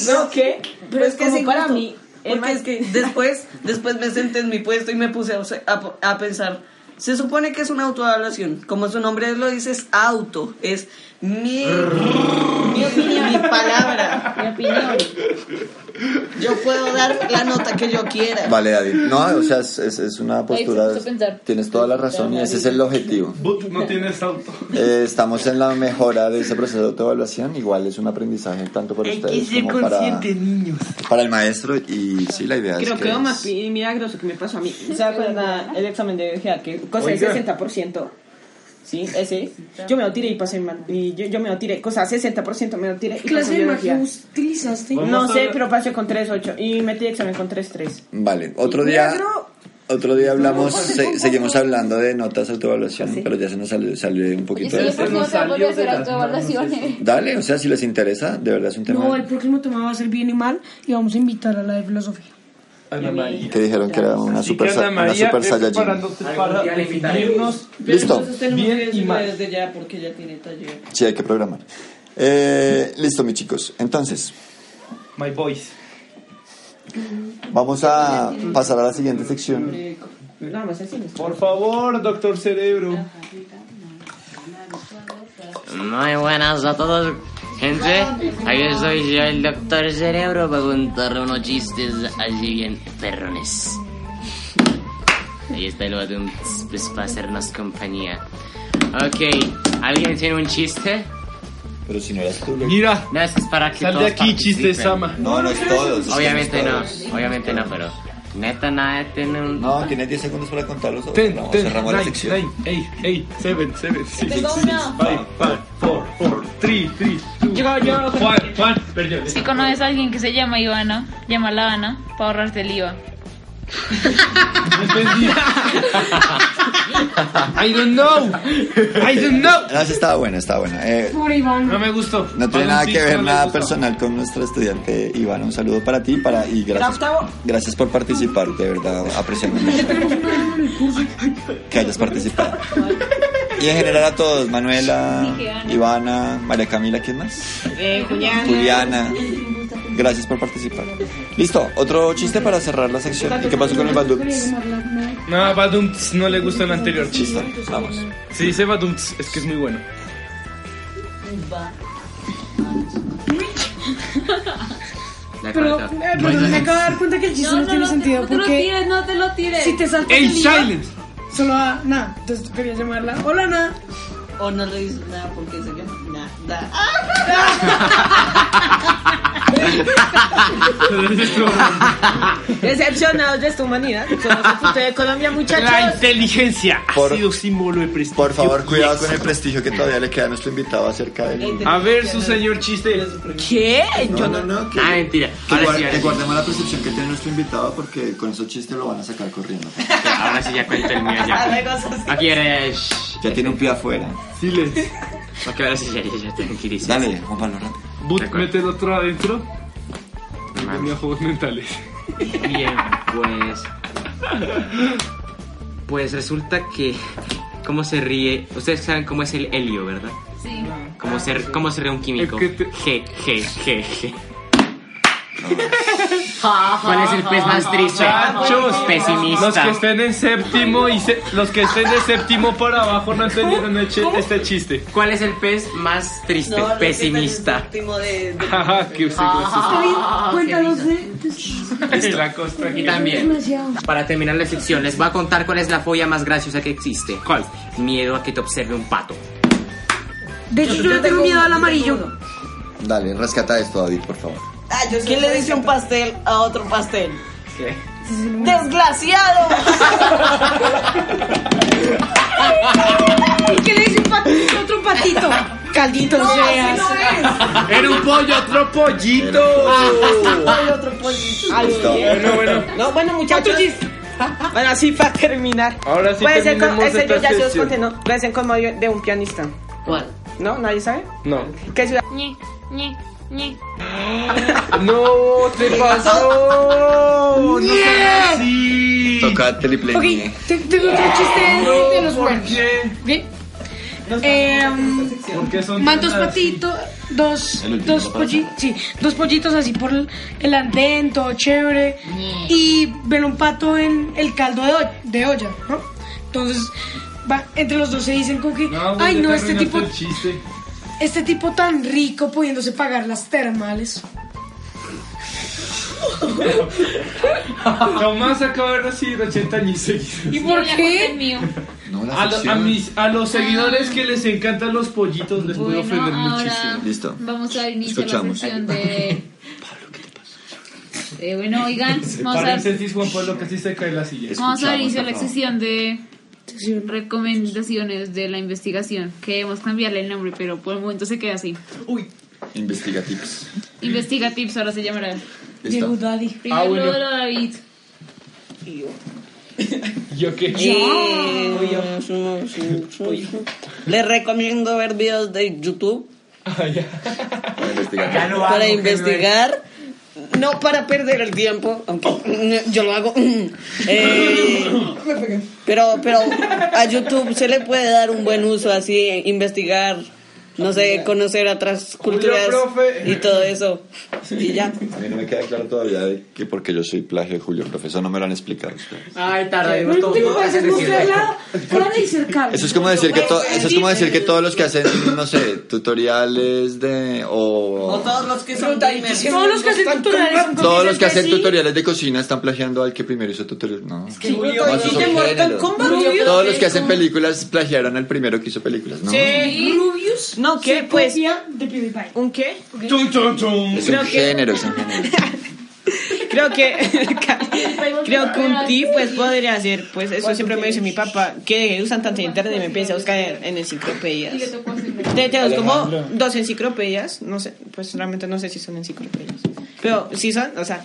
S1: ¿No qué? Pero es que
S3: Como
S1: es
S3: para
S1: para
S3: mí,
S1: mí. Porque es que después, después me senté en mi puesto y me puse a, a- a pensar. Se supone que es una autoevaluación. Como su nombre lo dice, es auto. Es mi, mi opinión, mi palabra. Mi opinión. Yo puedo dar la nota que yo quiera.
S5: Vale, David. No, o sea, es, es- es una postura.
S1: puso a pensar.
S5: Tienes toda la razón y ese es el objetivo.
S7: No tienes auto.
S5: Eh, estamos en la mejora de ese proceso de autoevaluación. Igual es un aprendizaje tanto para ustedes como para,
S9: niños.
S5: para el maestro. Y sí, la idea
S9: Creo
S5: es
S9: que
S5: que.
S9: lo más pi- milagroso que me pasó
S4: [laughs]
S9: a mí. ¿Se acuerdan el examen de biología? Que cosa del
S5: Oiga.
S9: 60%. Sí, ese. Yo me lo tiré y pasé en man- y yo, yo me lo tiré. Cosa 60% me lo tiré. Y
S4: clase
S9: pasé
S4: de
S9: en
S4: magia
S9: biología.
S4: utilizaste?
S9: Eh, No sé, pero pasé con 3.8 y metí examen con 3.3.
S5: Vale, otro día.
S9: Milagro.
S5: Otro día hablamos, se- seguimos hablando de notas de autoevaluación, pero ya se nos salió, salió un
S2: Sí,
S5: poquito de
S2: por favor, se vuelve a hacer autoevaluaciones.
S5: Dale, o sea, si les interesa, de verdad es un tema.
S4: No, el próximo tema va a ser bien y mal y vamos a invitar a la de filosofía.
S7: Ana María.
S5: Que dijeron que era una
S7: Así que
S5: super, sa-
S7: Ana
S5: una
S7: María
S5: super
S7: es
S5: Saiyajin.
S7: preparándote para
S3: Algún día la invitaremos.
S7: definirnos.
S5: Listo.
S3: Entonces tenemos
S7: Bien
S3: que
S7: y
S3: decirlo
S7: mal.
S3: desde ya porque ya tiene taller.
S5: Sí, hay que programar. Eh, listo, mis chicos. Entonces,
S7: My boys.
S5: vamos a pasar a la siguiente sección.
S7: Por favor, doctor Cerebro.
S14: Muy buenas a todos, gente. Aquí estoy yo, el doctor Cerebro, para contar unos chistes así bien perrones. Ahí está el botón pues, para hacernos compañía. Ok, ¿alguien tiene un chiste?
S5: Pero si no eras tú,
S7: Mira.
S14: No, es que es para que
S7: Sal de
S14: todos
S7: aquí, chiste
S14: participen.
S7: sama. No, no es todos, es que no es
S14: Obviamente no,
S7: todos.
S14: obviamente no, pero... Neta, nada, tiene un...
S5: No, tienes 10 segundos para contarlos.
S7: Ten,
S5: No,
S7: ten,
S5: cerramos la
S7: nine,
S5: sección.
S7: nine, eight, eight, seven, seven, six,
S2: Tengo
S7: six,
S2: una.
S7: five, five, four, four, three, three, two,
S2: yo-
S7: one, one. Perdió.
S2: Si conoces a alguien que se llama Ivana, llámala Ana para ahorrarte el IVA.
S7: I don't know. I don't know.
S5: No, sí, estaba buena, estaba buena. Eh,
S7: No me gustó.
S5: no tiene
S7: Balloon
S5: nada que
S7: Six
S5: ver,
S7: no le
S5: nada
S7: gustó.
S5: personal con nuestro estudiante Iván. Un saludo para ti para, y gracias, gracias por participar. De verdad, apreciamos mucho
S9: [laughs]
S5: que hayas participado. Y en general a todos, Manuela, Ivana, María Camila, ¿quién más?
S9: Eh, Juliana.
S5: Juliana. Gracias por participar. Listo, otro chiste para cerrar la sección. ¿Y qué pasó con el Badux?
S7: No, Badumts no le gustó el anterior chiste.
S5: Vamos.
S7: Si dice Badumts, es que es muy bueno.
S4: Pero, eh, pero me acabo de dar cuenta que el chiste no, tiene sentido
S2: te lo
S4: porque
S2: tires, no te lo tires.
S4: si te saltas
S7: ¡Ey,
S4: el hilo,
S7: silence!
S4: solo a nada. Entonces tú querías llamarla. Hola, nada.
S1: O no le dices nada porque se llama nada.
S8: [laughs]
S9: [laughs] Decepcionados de esta humanidad. Somos el futuro de Colombia,
S7: La
S9: muchachos.
S7: inteligencia
S5: Por-
S7: ha sido símbolo de prestigio.
S5: Por favor, cuidado con el prestigio que todavía le queda a nuestro invitado acerca del...
S7: A ver, su señor chiste.
S9: ¿Qué?
S5: No, no, no. Que,
S14: Ah, mentira.
S5: que
S14: Ahora sí,
S5: guar-
S14: ahora
S5: que
S14: sí.
S5: guardemos la percepción que tiene nuestro invitado porque con esos chistes lo van a sacar corriendo.
S14: Ahora sí ya cuento el mío ya. Aquí eres...
S5: Ya tiene un pie afuera.
S7: Siles.
S14: Ok, ahora sí ya, ya, ya, tranquilices.
S5: Dale, Juan Pablo, rápido.
S7: But,
S14: De acuerdo.
S7: mete el otro adentro.
S14: Mames.
S7: Tenía juegos mentales.
S14: Bien, pues. Pues resulta que. ¿Cómo se ríe? Ustedes saben cómo es el helio, ¿verdad?
S2: Sí.
S8: Ah,
S14: ¿Cómo se, cómo se ríe un químico?
S7: Es que te-
S14: G, G, G, G.
S8: ¿Cuál es el pez más triste?
S7: Muchachos,
S8: Pesimista.
S7: Los que estén en séptimo y se- los que estén de séptimo para abajo no entendieron el chi- este chiste.
S8: ¿Cuál es el pez más triste?
S1: No, los que
S8: Pesimista.
S7: Jaja, que usted
S6: Ah.
S4: Cuéntanos de...
S7: La costa
S8: Y también,
S4: Demasiado.
S8: para terminar la sección, les voy a contar cuál es la fobia más graciosa que existe. ¿Cuál? Miedo a que te observe un pato.
S4: De hecho, yo le tengo miedo al amarillo.
S5: Dale, rescata esto, David, por favor.
S1: ¿Quién le dice un pastel a otro pastel?
S8: ¿Qué?
S1: ¡Desgraciado! [laughs]
S4: ¿Qué le dice un patito a otro patito? Caldito
S1: No,
S4: seas.
S1: así
S7: Era un pollo, otro pollito.
S9: Hay otro pollito.
S15: Ay,
S9: Listo.
S15: bien.
S7: Bueno, bueno.
S9: No, bueno, muchachos. Bueno, así para terminar.
S7: Ahora sí
S9: Puede ser con-
S7: terminemos
S9: ese yo
S7: esta
S9: ya se los
S7: sección.
S9: conté, ¿no? Puede ser como yo- de un pianista. ¿Cuál? ¿No? ¿Nadie sabe?
S7: No.
S9: ¿Qué ciudad?
S16: Ñe, Ñe, Ñe.
S7: No, te
S14: Oh,
S7: pasó. No seas así.
S5: Toca triple eh.
S4: Ok,
S5: ñe.
S4: te- tengo otro chiste
S7: No,
S4: de los
S7: ¿por
S4: buenos.
S7: qué?
S4: ¿Ok? Em,
S7: Porque son
S4: Van dos
S7: tan así.
S4: patitos, dos,
S7: El último
S4: dos,
S7: no pasa.
S4: polli- sí, dos pollitos así por el, el andén, todo chévere. Y ven un pato en el caldo de, o- de olla, ¿no? Entonces, va- entre los dos se dicen como que,
S7: güey,
S4: ay
S7: Ah, pues ya
S4: no,
S7: te
S4: este
S7: arruinaste
S4: tipo,
S7: el chiste.
S4: este tipo tan rico pudiéndose pagar las termales.
S7: Tomás acaba de recibir 80 años seguidos.
S4: ¿Y por qué?
S7: A, lo- a mis, a los seguidores que les encantan los pollitos les puedo
S2: Ah. Bueno,
S7: ofender
S2: ahora-
S7: muchísimo.
S5: Listo.
S2: Vamos a iniciar
S5: Escuchamos.
S2: la
S5: [laughs]
S2: sección de. Pablo, ¿qué te pasa? bueno, oigan, vamos a,
S7: Paréntesis, Juan Pablo, que sí se cae la silla.
S2: vamos a iniciar la sección de recomendaciones de la investigación. Queremos cambiarle el nombre, pero por el momento se queda así. Uy.
S5: Investigativos.
S2: Investiga tips, ahora se llamará.
S5: Listo. Llegó
S4: Daddy.
S2: Primero
S5: Ah, bueno.
S2: lo de David.
S7: [laughs] ¿Yo qué?
S1: Les recomiendo ver videos de YouTube
S7: Ah,
S5: Investigativos.
S1: para investigar. No para perder el tiempo, aunque yo lo hago. Eh, pero, pero a YouTube se le puede dar un buen uso así, investigar, no sé, conocer otras culturas
S5: profe.
S1: y todo eso. Y ya.
S5: A mí no me queda claro todavía de que porque yo soy plagio de Julio, profesor, no me lo han explicado ustedes.
S8: Ay,
S4: tarde.
S8: vemos todo.
S5: Eso es como decir que to- eso es como decir que todos los que hacen, no sé, tutoriales de o
S1: todos los que son gamers.
S4: Todos los que hacen tutoriales son
S5: todos los que hacen
S4: tutoriales.
S5: tutoriales de cocina están plagiando al que primero hizo tutorial. No.
S4: Sí,
S5: No,
S4: Julio,
S5: esos
S4: sí,
S5: son
S4: de Mortal
S5: géneros.
S4: Kombat, Julio.
S5: Todos los que hacen películas plagiaron al primero que hizo películas, ¿no?
S4: Rubius.
S9: No, ¿qué?
S4: se
S9: Pues-
S4: copia de PewDiePie.
S9: ¿Un qué?
S7: Chum, chum, chum.
S5: Es un
S9: Creo que-
S5: género, es un género.
S9: Creo que creo que un tip pues podría ser, pues eso siempre me dice mi papá, que usan tanto internet y me empieza a buscar en, en enciclopedias. Te, te busco como
S15: Alejandro.
S9: dos enciclopedias, no sé, pues realmente no sé si son enciclopedias. Pero sí son, o sea,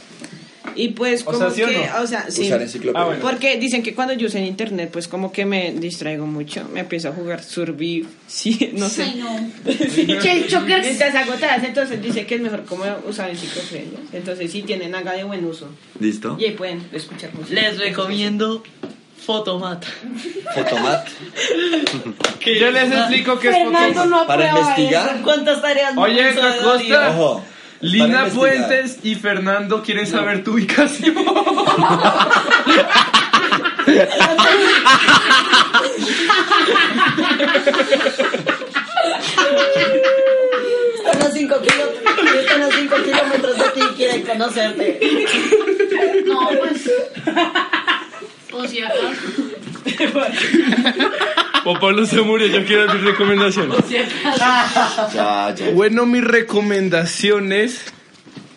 S9: y pues
S5: O
S9: como
S5: sea, ¿sí o
S9: que,
S5: no?
S9: o sea, sí.
S5: Usar enciclopedia. Ah, bueno.
S9: Porque dicen que cuando yo uso en internet, pues como que me distraigo mucho, me empiezo a jugar survive, [laughs] sí, no sé. [laughs]
S15: Che, chokers.
S9: Estás agotadas, entonces dice que es mejor como usar enciclopedias. Entonces sí tienen haga de buen uso.
S5: Listo.
S9: Y ahí pueden escuchar música.
S6: Les recomiendo Fotomata.
S5: Fotomat.
S7: Que [laughs] yo les explico que es
S6: Fernando
S7: Pokémon.
S6: no Para aprueba investigar. eso.
S1: ¿Cuántas tareas
S7: Oye,
S1: no hizo de
S7: Acosta.
S1: Darío?
S7: Lina
S5: para investigar.
S7: Fuentes y Fernando quieren saber
S5: [laughs]
S7: tu ubicación.
S1: Están a 5 kilómetros, están a 5 kilómetros de ti y quieren conocerte.
S2: No, pues. O si acaso.
S7: Juan Pablo se murió, yo quiero mis recomendaciones. Bueno, mis recomendaciones.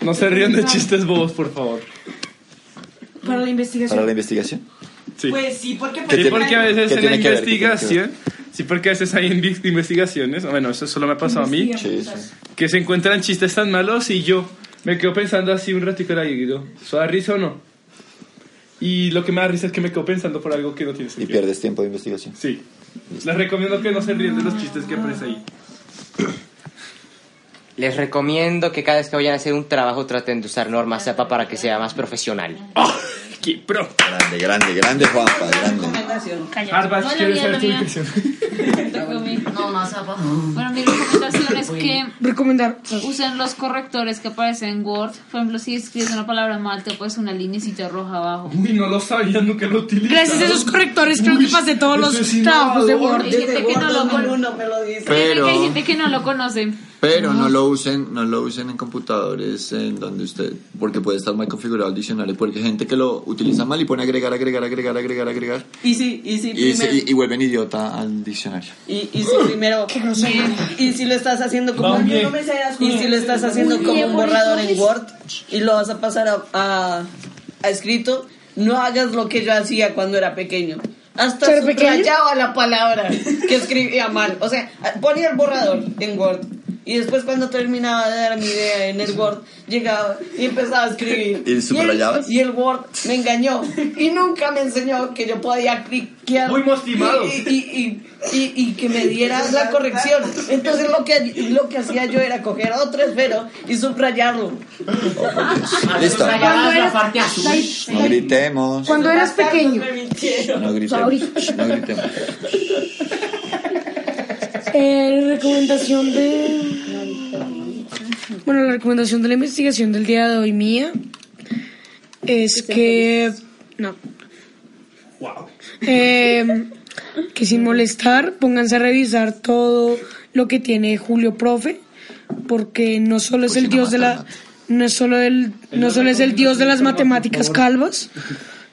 S7: No se rían de chistes bobos, por favor.
S4: Para la investigación.
S5: Para la investigación.
S7: Sí.
S9: Pues sí, porque
S7: Sí, porque a veces
S5: ¿Qué
S7: en
S5: tiene que ver? ¿Qué
S7: la
S5: tiene que ver?
S7: investigación, sí, porque a veces hay invi- investigaciones, bueno, eso solo me ha pasado a mí, que se encuentran chistes tan malos y yo me quedo pensando así un ratito y digo, ¿eso da risa o no? Y lo que me da risa es que me quedo pensando por algo que no tiene
S5: Y
S7: sentido.
S5: pierdes tiempo de investigación.
S7: Sí. Les recomiendo que no se ríen de los chistes que aparecen ahí.
S17: Les
S8: ¡Ah!
S17: recomiendo que cada vez que vayan a hacer un trabajo traten de usar normas SAPA para que sea más profesional.
S7: Quipro.
S5: Grande, grande, grande, Juanpa, grande.
S7: Harvard,
S2: Hola,
S7: ¿quieres
S2: mía,
S7: saber tu
S2: mía.
S7: ubicación?
S2: [laughs] No, más abajo. Bueno, mi recomendación es que
S4: Recomendar.
S2: usen los correctores que aparecen en Word. Por ejemplo, si escribes una palabra mal, te pones una linecita roja abajo.
S7: Uy, no lo sabía, nunca lo utilicé.
S2: Gracias a esos
S4: correctores creo que pasé todos los
S2: trabajos de Word.
S1: Desde
S2: Hay gente que no lo
S1: Word
S2: conoce.
S1: 2001 me lo dice.
S5: Pero-
S2: Hay gente que no lo conoce.
S5: Pero no lo usen, no lo usen en computadores en donde usted, porque puede estar mal configurado el diccionario, porque hay gente que lo utiliza mal y pone agregar, agregar, agregar, agregar, agregar,
S1: Y si, y si
S5: y, se-
S1: primero-
S5: y- y vuelven idiota al diccionario.
S1: Y, y si
S4: [gasps]
S1: primero. Y si lo estás haciendo como un.
S5: Vamos,
S1: Y si lo estás haciendo como un borrador en Word y lo vas a pasar a, a, a escrito, no hagas lo que yo hacía cuando era pequeño. Hasta
S4: ¿Ser pequeño?
S1: subrayaba la palabra que escribía mal. O sea, ponía el borrador en Word. Y después cuando terminaba de dar mi idea en el Word, llegaba y empezaba a escribir.
S5: ¿Y subrayabas?
S1: el, y el Word me engañó. Y nunca me enseñó que yo podía cliquear.
S7: Muy mostimado.
S1: Y, y, y- y- y que me diera la corrección. Entonces lo que, lo que hacía yo era coger otro esfero y subrayarlo.
S5: Ah, Listo.
S1: Cuando eras-
S5: No gritemos.
S4: Cuando eras pequeño.
S5: No gritemos. No gritemos.
S4: Eh, la recomendación de. Bueno, la recomendación de la investigación del día de hoy mía es que. No. Eh, que sin molestar, pónganse a revisar todo lo que tiene Julio Profe, porque Pues no solo es el dios de la. No es solo el, no solo es el dios de las matemáticas calvas,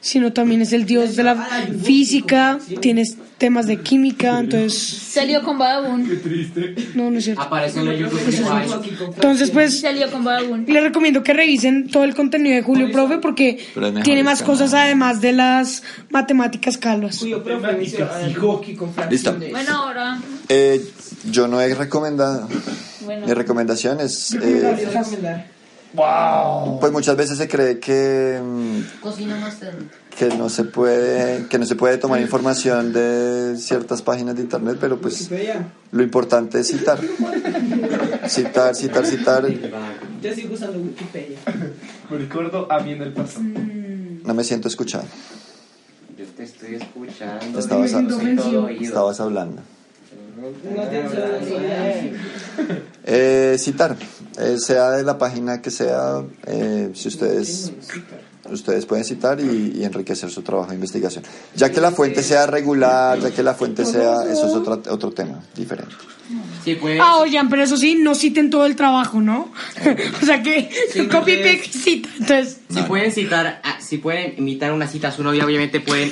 S4: sino también es el dios de la física, tienes temas de química, entonces
S2: Salió con Badabun. Qué
S7: triste.
S4: no, no es cierto.
S14: Aparece en el YouTube.
S4: Eso es cierto. Entonces, pues, les recomiendo que revisen todo el contenido de Julio Profe porque
S5: Pero es mejor
S4: tiene
S5: el
S4: más
S5: canal.
S4: cosas además de las matemáticas calvas.
S5: Listo.
S2: Bueno, ahora.
S5: Eh, yo no he recomendado.
S2: Bueno.
S5: Mi recomendación es. eh, pues muchas veces se cree que. mm,
S6: Cocina más tarde.
S5: que no se puede que no se puede tomar información de ciertas páginas de internet pero pues lo importante es citar citar citar citar
S9: Yo sigo usando Wikipedia.
S7: [laughs] Me recuerdo a mí en el pasado.
S5: no me siento escuchado
S14: Yo te estoy escuchando.
S5: estabas,
S14: yo soy todo
S5: hab-
S14: oído.
S5: estabas hablando
S9: No te
S5: Eh, citar eh, sea de la página que sea eh, si ustedes ustedes pueden citar y, y enriquecer su trabajo de investigación ya que la fuente sea regular ya que la fuente sea eso es otro, otro tema diferente
S4: Ah, oigan, pero eso sí, no citen todo el trabajo, ¿no? [laughs] o sea que copy paste cita. Entonces,
S8: Si pueden citar, a- si pueden imitar una cita a su novia, obviamente
S5: [laughs]
S8: pueden.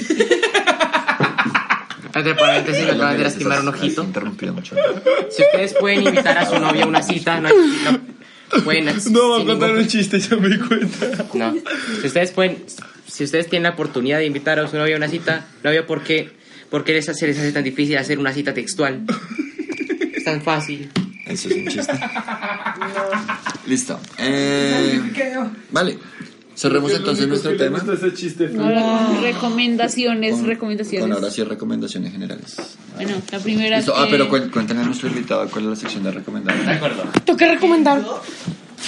S8: Entre paréntesis, me acaban de lastimar un ojito. Si ustedes pueden invitar a su novia a una cita, no, no- pueden.
S7: No, va a contar un chiste, ya me di cuenta.
S8: No. Si ustedes pueden, si ustedes tienen la oportunidad de invitar a su novia a una cita, no veo por qué, por qué les hace, les hace tan difícil hacer una cita textual. Es tan fácil.
S5: Eso es un chiste. listo Eh, vale cerremos entonces nuestro tema
S7: Ese chiste fue-
S2: Ahora, recomendaciones, recomendaciones.
S5: con ahora sí recomendaciones generales
S2: Bueno, la primera es
S5: Listo. ah
S2: que-
S5: pero cuen- cuéntenle a nuestro invitado cuál es la sección de recomendaciones de acuerdo
S4: ¿tú qué recomendar?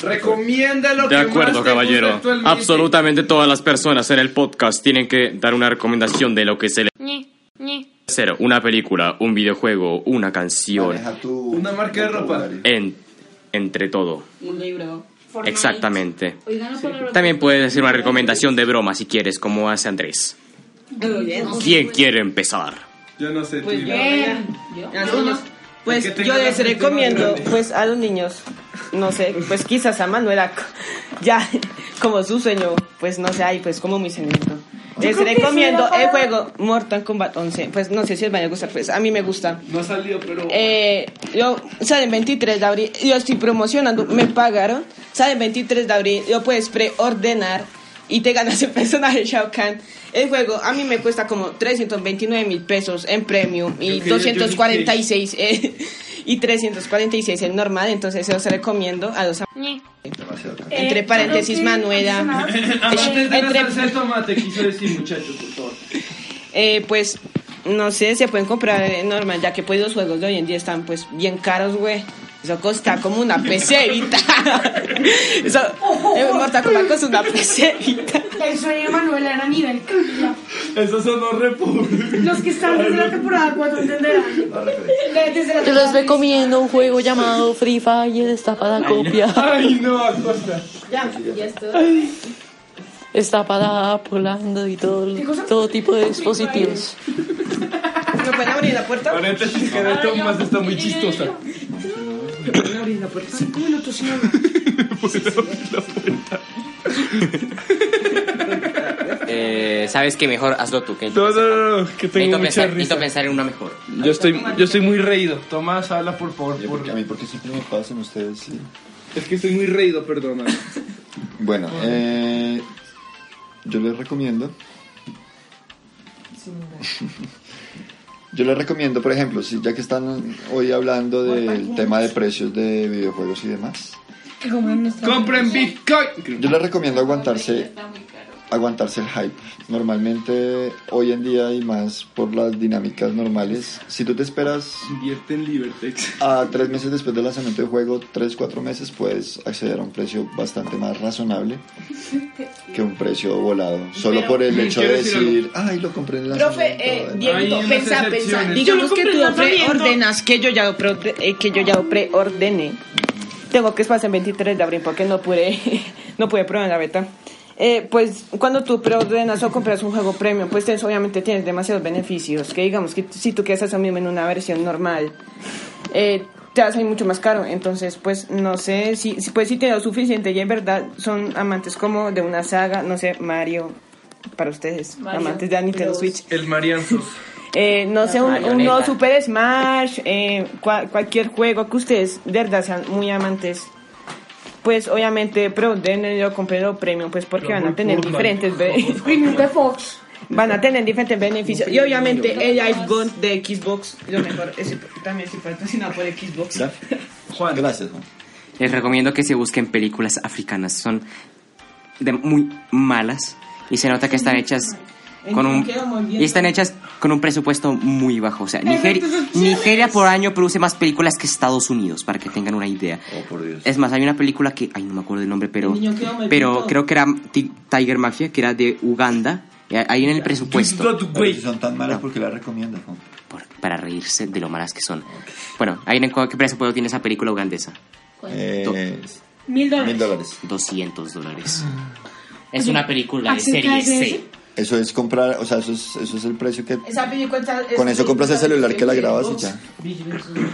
S7: Recomienda lo
S18: De
S7: que
S18: acuerdo,
S7: más te gusta
S18: caballero.
S7: actualmente.
S18: Absolutamente todas las personas en el podcast tienen que dar una recomendación de lo que se le hacer una película, un videojuego, una canción,
S7: Una marca de ropa.
S18: en, entre todo.
S1: Un libro.
S18: Exactamente.
S2: Oigan la palabra.
S18: También puedes hacer una recomendación de broma si quieres, como hace Andrés. ¿Quién quiere empezar?
S7: Yo no sé,
S9: Pues
S7: tío.
S4: eh,
S9: yo. Pues yo les recomiendo pues a los niños, no sé, pues quizás a Manuel Aco, ya como su sueño, pues no sé, ahí pues como mi sentimiento. Les
S3: creo que
S9: recomiendo
S3: sí va a
S9: el
S3: parar.
S9: juego Mortal Kombat 11, pues no sé si les van a gustar, pues a mí me gusta.
S7: No ha salido, pero.
S9: Eh, yo, sale el 23 de abril, yo estoy promocionando, me pagaron, sale el 23 de abril, lo puedes preordenar y te ganas el personaje Shao Kahn. El juego a mí me cuesta como 329 mil pesos en premium
S3: Yo
S9: y
S3: quería Johnny
S9: 246 eh, [laughs] y 346 en normal, entonces eso se recomiendo a los am-
S5: Ah.
S7: eh,
S9: entre
S7: [laughs]
S9: paréntesis Manuela.
S4: Este,
S7: Amantes de
S9: Entre-
S7: la salsa de tomate, quiso decir, muchachos, por favor.
S9: Eh, pues no sé, se pueden comprar en normal, ya que pues los juegos de hoy en día están pues bien caros, güey. Eso costa como
S7: [laughs]
S9: una pecerita. Eso, eh, Mortal Kombat es una pecerita.
S4: El sueño de Manuel era nivel Cambia.
S7: Esos son los repúblicos.
S4: Los que están desde la temporada 4 entenderán. Desde la
S6: Te los
S4: temporada-
S6: ve comiendo un juego llamado Free Fire, está para la copia.
S7: [laughs] Ay, no, Acosta.
S9: Ya, ya estoy.
S6: Está para Polando y todo, todo tipo de dispositivos.
S9: ¿Me pueden abrir la puerta?
S7: Paréntesis que de Tomás está muy chistosa.
S4: ¿Me pueden abrir la puerta? Cinco minutos sin hablar.
S8: Eh, Sabes que mejor hazlo tú. Que
S7: No, no, no, Ah, que tengo
S8: necesito,
S7: mucha
S8: pensar,
S7: risa.
S8: necesito pensar en una mejor.
S7: Yo estoy, yo estoy muy reído. Tomás, habla por favor.
S5: Porque a mí, porque siempre me pasan ustedes. sí.
S7: Es que estoy muy reído, perdona.
S5: Bueno, eh, yo les recomiendo. [laughs] Yo les recomiendo, por ejemplo, si ya que están hoy hablando del tema de precios de videojuegos y demás,
S4: Que comen nuestra-
S7: Compren Bitcoin.
S5: yo les recomiendo aguantarse aguantarse el hype. Normalmente hoy en día y más por las dinámicas normales, si tú te esperas
S7: Invierte en Libertex.
S5: a tres meses después del lanzamiento del juego, tres, cuatro meses, puedes acceder a un precio bastante más razonable
S9: pues,
S5: que un precio volado. Solo
S9: Pero-
S5: por el hecho de
S9: Quiero decir algo.
S5: decir, ay, lo compré en el
S9: Profe,
S5: lanzamiento,
S9: eh,
S5: ¿verdad?".
S9: Dieguito, pensá, pensá. Digamos que tú ordenas que yo ya, pro- eh, que yo ya preordené. Tengo que pasar el 23 de abril porque no pude, [laughs] no pude probar la beta. Eh, pues cuando tú preordenas o compras un juego premium, pues tienes- obviamente tienes demasiados beneficios. Que digamos que si tú quieres hacer mismo en una versión normal, eh, te va a salir mucho más caro. Entonces, pues no sé si, si- pues si te da suficiente y en verdad son amantes como de una saga, no sé, Mario, para ustedes,
S7: Mario
S9: amantes de la Nintendo Switch.
S7: El Marianzo.
S9: Eh, no sé, un, un
S7: Marioneta.
S9: nuevo Super Smash, eh, cua- cualquier juego que ustedes de verdad sean muy amantes. Pues obviamente, pero denle yo compré lo premium, pues porque van a tener diferentes [laughs] be- Van a tener diferentes beneficios. Y obviamente el Live Gun de Xbox, lo mejor, ese también si patrocinado por Xbox. [laughs]
S5: Juan. Gracias, Juan.
S8: Les recomiendo que se busquen películas africanas. Son de muy malas y se nota que están hechas con un y están hechas con un presupuesto muy bajo. O sea, Nigeria,
S14: Efectos especiales.
S8: Nigeria por año produce más películas que Estados Unidos, para que tengan una idea.
S5: Oh,
S8: Es más, hay una película que, ay, no me acuerdo el nombre, pero,
S14: El
S5: [laughs]
S14: niño quedó mal
S8: pero
S14: pintado.
S8: creo que era Ti- Tiger Mafia, que era de Uganda. Eh, Ahí en el presupuesto.
S5: Pero si son tan malas, ¿por qué las recomiendas, Juan?
S8: Para reírse de lo malas que son. Bueno, ahí en el qué presupuesto tiene esa película ugandesa.
S5: Eh,
S4: Mil dólares.
S8: 200 dólares. Es una película de
S4: ¿Acerca
S8: serie
S4: de
S8: C.
S4: eso?
S5: Eso es comprar, o sea, eso es, eso es el precio que...
S9: Esa película está-
S5: Con
S9: es-
S5: eso compras el celular que la grabas y ya.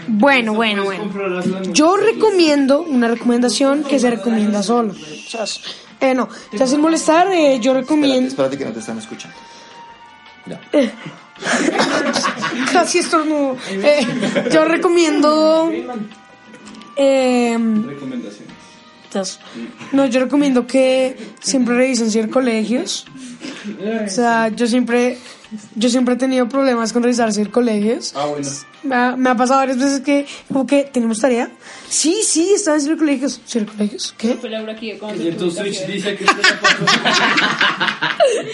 S4: Bueno, bueno, bueno. Yo recomiendo una recomendación que se recomienda solo. O sea, es- eh, no, ya sin molestar, eh, yo
S5: Espérate,
S4: recomiendo.
S5: espérate que no te están escuchando.
S4: [laughs] eh. Casi estornudo. Eh, yo recomiendo. em,
S7: Recomendaciones.
S4: Entonces, No, yo recomiendo que siempre revisen si el colegios. O sea, yo siempre, yo siempre he tenido problemas con revisar si el colegios.
S7: Ah, bueno.
S4: Me ha, me ha pasado varias veces que, como que, ¿tenemos tarea? Sí, sí, está en el colegios. ¿Cir colegios? ¿Qué?
S7: Y en tu Switch dice que
S2: [laughs]
S7: te la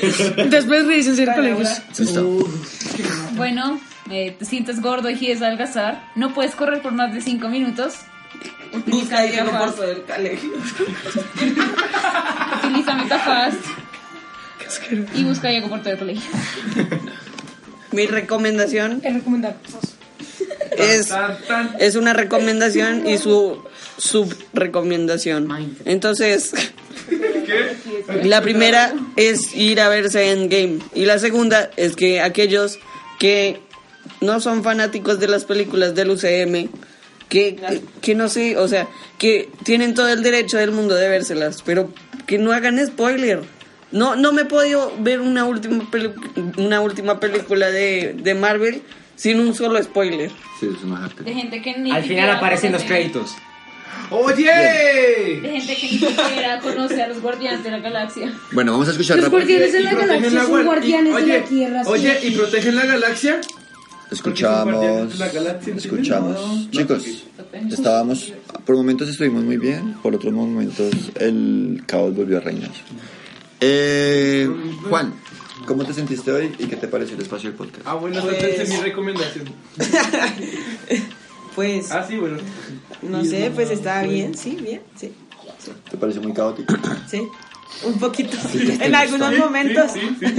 S4: Después pues, revisen si el colegios.
S2: Bueno, eh, te sientes gordo y quieres algazar. No puedes correr por más de 5 minutos. Utiliza metafast.
S3: del colegio.
S2: Utiliza metafast. Y busca Diego por todo el colegio.
S1: Mi recomendación
S4: es recomendar
S1: Es, es una recomendación y su subrecomendación. Entonces, la primera es ir a verse en game y la segunda es que aquellos que no son fanáticos de las películas del UCM que, que no sé, o sea, que tienen todo el derecho del mundo de vérselas, pero que no hagan spoiler. No, no me he podido ver una última, peli- una última película de, de Marvel sin un solo spoiler.
S5: Sí, es una arte.
S2: De gente que ni
S1: Al
S2: siquiera
S1: final aparecen los
S2: conoce-
S1: créditos.
S2: De gente que ni siquiera conoce a los guardianes de la galaxia.
S5: Bueno, vamos a escuchar
S2: Los
S9: Pues
S2: guardianes de la
S7: Y protegen
S2: galaxia son
S7: guar-
S2: guardianes
S7: y-
S2: de la
S7: oye,
S2: Tierra, sí.
S7: Oye, ¿y protegen la galaxia?
S5: Escuchamos, escuchamos. Chicos, estábamos, por momentos estuvimos muy bien, por otros momentos el caos volvió a reinar. Eh, Juan, ¿cómo te sentiste hoy y qué te pareció el espacio del podcast?
S7: Ah, bueno,
S9: Pues-
S7: esa es mi recomendación.
S9: [laughs] Pues.
S7: Ah, sí, bueno.
S9: No sé, pues está bien, sí, bien, sí.
S8: [coughs]
S5: ¿Te pareció muy caótico?
S9: Sí. Un poquito.
S8: Sí, que te
S9: [laughs] en
S8: gustó.
S9: algunos momentos. Sí,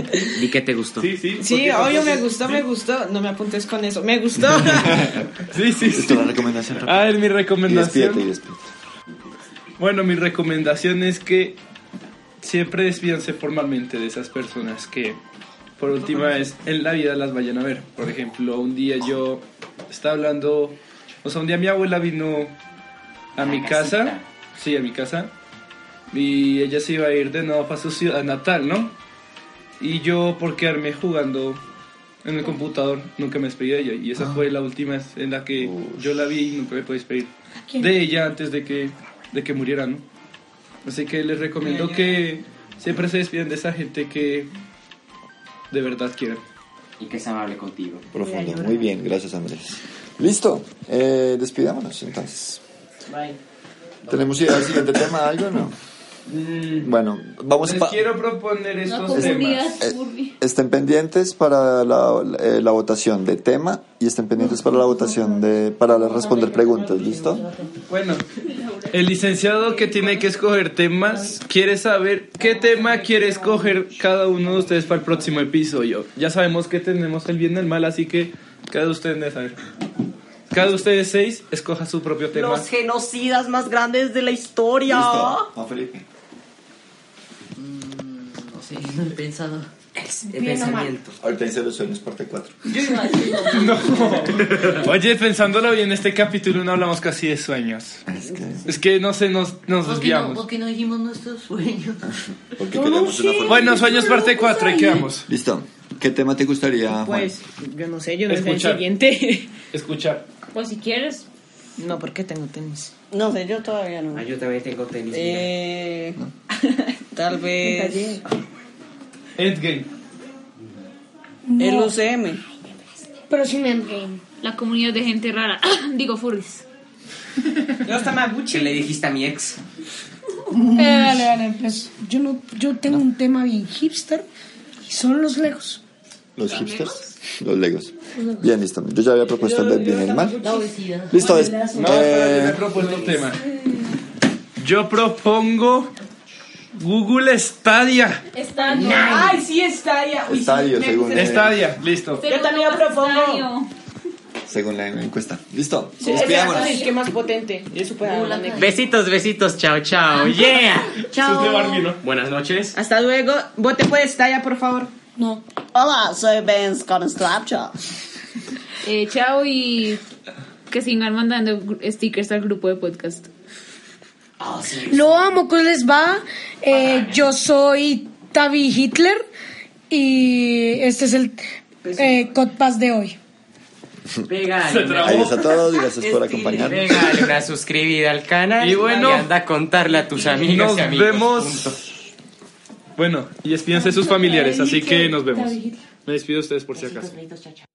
S8: Di que te gustó. Sí, sí.
S9: obvio, me gustó, me gustó. No me apuntes con eso. Me
S8: [laughs]
S9: gustó.
S8: Ah,
S9: [laughs]
S7: Sí, sí, sí.
S5: la recomendación.
S7: A ver, mi recomendación.
S5: Y
S7: Bueno, mi recomendación es que siempre despídanse formalmente de esas personas que por última vez en la vida las vayan a ver. Por ejemplo, un día yo estaba hablando, o sea, un día mi abuela vino a mi casa, sí, a mi casa, y ella se iba a ir de nuevo para su ciudad natal, ¿no? Y yo por quedarme jugando en el computador nunca me despedí de ella, y
S5: Ah.
S7: esa fue la última vez en la que yo la vi y nunca me pude despedir de ella antes de que, de que muriera, ¿no? Así que les recomiendo que siempre se despiden de esa gente que de verdad quieren.
S8: Y que es amable contigo.
S5: Profundo. Muy bien, gracias Andrés. Listo, eh, despidámonos entonces. ¿Tenemos idea del siguiente tema, algo o no? Bueno, vamos
S7: Les
S5: pa-
S7: quiero proponer estos temas.
S5: Estén pendientes para la, eh, la votación de tema y estén pendientes para la votación de para la- responder preguntas, ¿listo?
S9: [laughs]
S7: Bueno, el licenciado que tiene que escoger temas quiere saber qué tema quiere escoger cada uno de ustedes para el próximo episodio. Ya sabemos que tenemos el bien y el mal, así que cada de ustedes debe saber. Cada de ustedes seis escoja su propio tema.
S3: Los genocidas más grandes de la historia.
S7: [laughs]
S5: Felipe.
S6: No sé, [laughs] no he pensado.
S8: el Bien o mal. pensamiento.
S5: Ahorita hice los sueños parte 4.
S6: [laughs]
S7: Oye, pensándolo bien, este capítulo no hablamos casi de sueños.
S5: Es que,
S7: no sé, nos, nos
S6: ¿Por qué, no,
S7: desviamos.
S6: por qué no dijimos nuestros sueños?
S5: Porque queremos una forma-
S7: Bueno, sueños parte 4, ¿y qué vamos?
S5: Listo. ¿Qué tema te gustaría, Juan?
S9: Pues, yo no sé, yo no sé el
S7: Escuchar.
S9: siguiente. [laughs]
S7: Escuchar.
S9: Pues si quieres. No, porque tengo tenis.
S3: No sé, yo todavía no.
S8: Ah,
S9: [laughs]
S8: yo también tengo tenis.
S3: Eh, tal vez.
S7: Endgame.
S1: El UCM.
S2: Pero sin endgame. La comunidad de gente rara. [coughs] Digo, furries.
S9: Los tamaguchi.
S8: ¿Qué le dijiste a mi ex?
S4: Eh, Dale, dale, pues yo, no, yo tengo un tema bien hipster y son los legos.
S5: ¿Los hipsters? Los legos. Bien, listo. Yo ya había propuesto el del bien y el mal. Listo, es- eh,
S7: No, espera, yo me propongo un tema.
S9: pues-
S7: Yo propongo Google Stadia.
S9: Estadio. Ay, sí, Estadio. Uy, sí,
S5: Estadio,
S9: me
S5: según
S9: gusta.
S5: él.
S7: Stadia, Ah, listo.
S9: Yo también propongo.
S5: Según la encuesta. Listo.
S9: Sí, es
S5: Despidámonos.
S9: el que más potente. Es súper agradable.
S8: Besitos, besitos, chao, chao.
S3: [laughs]
S8: Yeah.
S9: Chao. Sos de Barbie,
S8: Buenas noches.
S3: Hasta luego. Vote por Estalla, por favor. No.
S1: Hola, soy Ben con Snapchat.
S2: Eh, chao y que sigan mandando gr- stickers al grupo de podcast.
S4: Lo amo, ¿cómo les va? Eh, yo soy Tavi Hitler y este es el eh, Codpass de hoy.
S8: Pégale.
S5: Adiós a todos y gracias
S8: [laughs]
S5: por acompañarnos.
S8: Pégale una suscribida al canal.
S7: Y bueno,
S8: Y anda a contarle a tus amigos
S7: Eh, Nos
S8: y amigos.
S7: vemos. Bueno, y despídense de sus familiares, así que nos vemos. Me despido de ustedes por si acaso.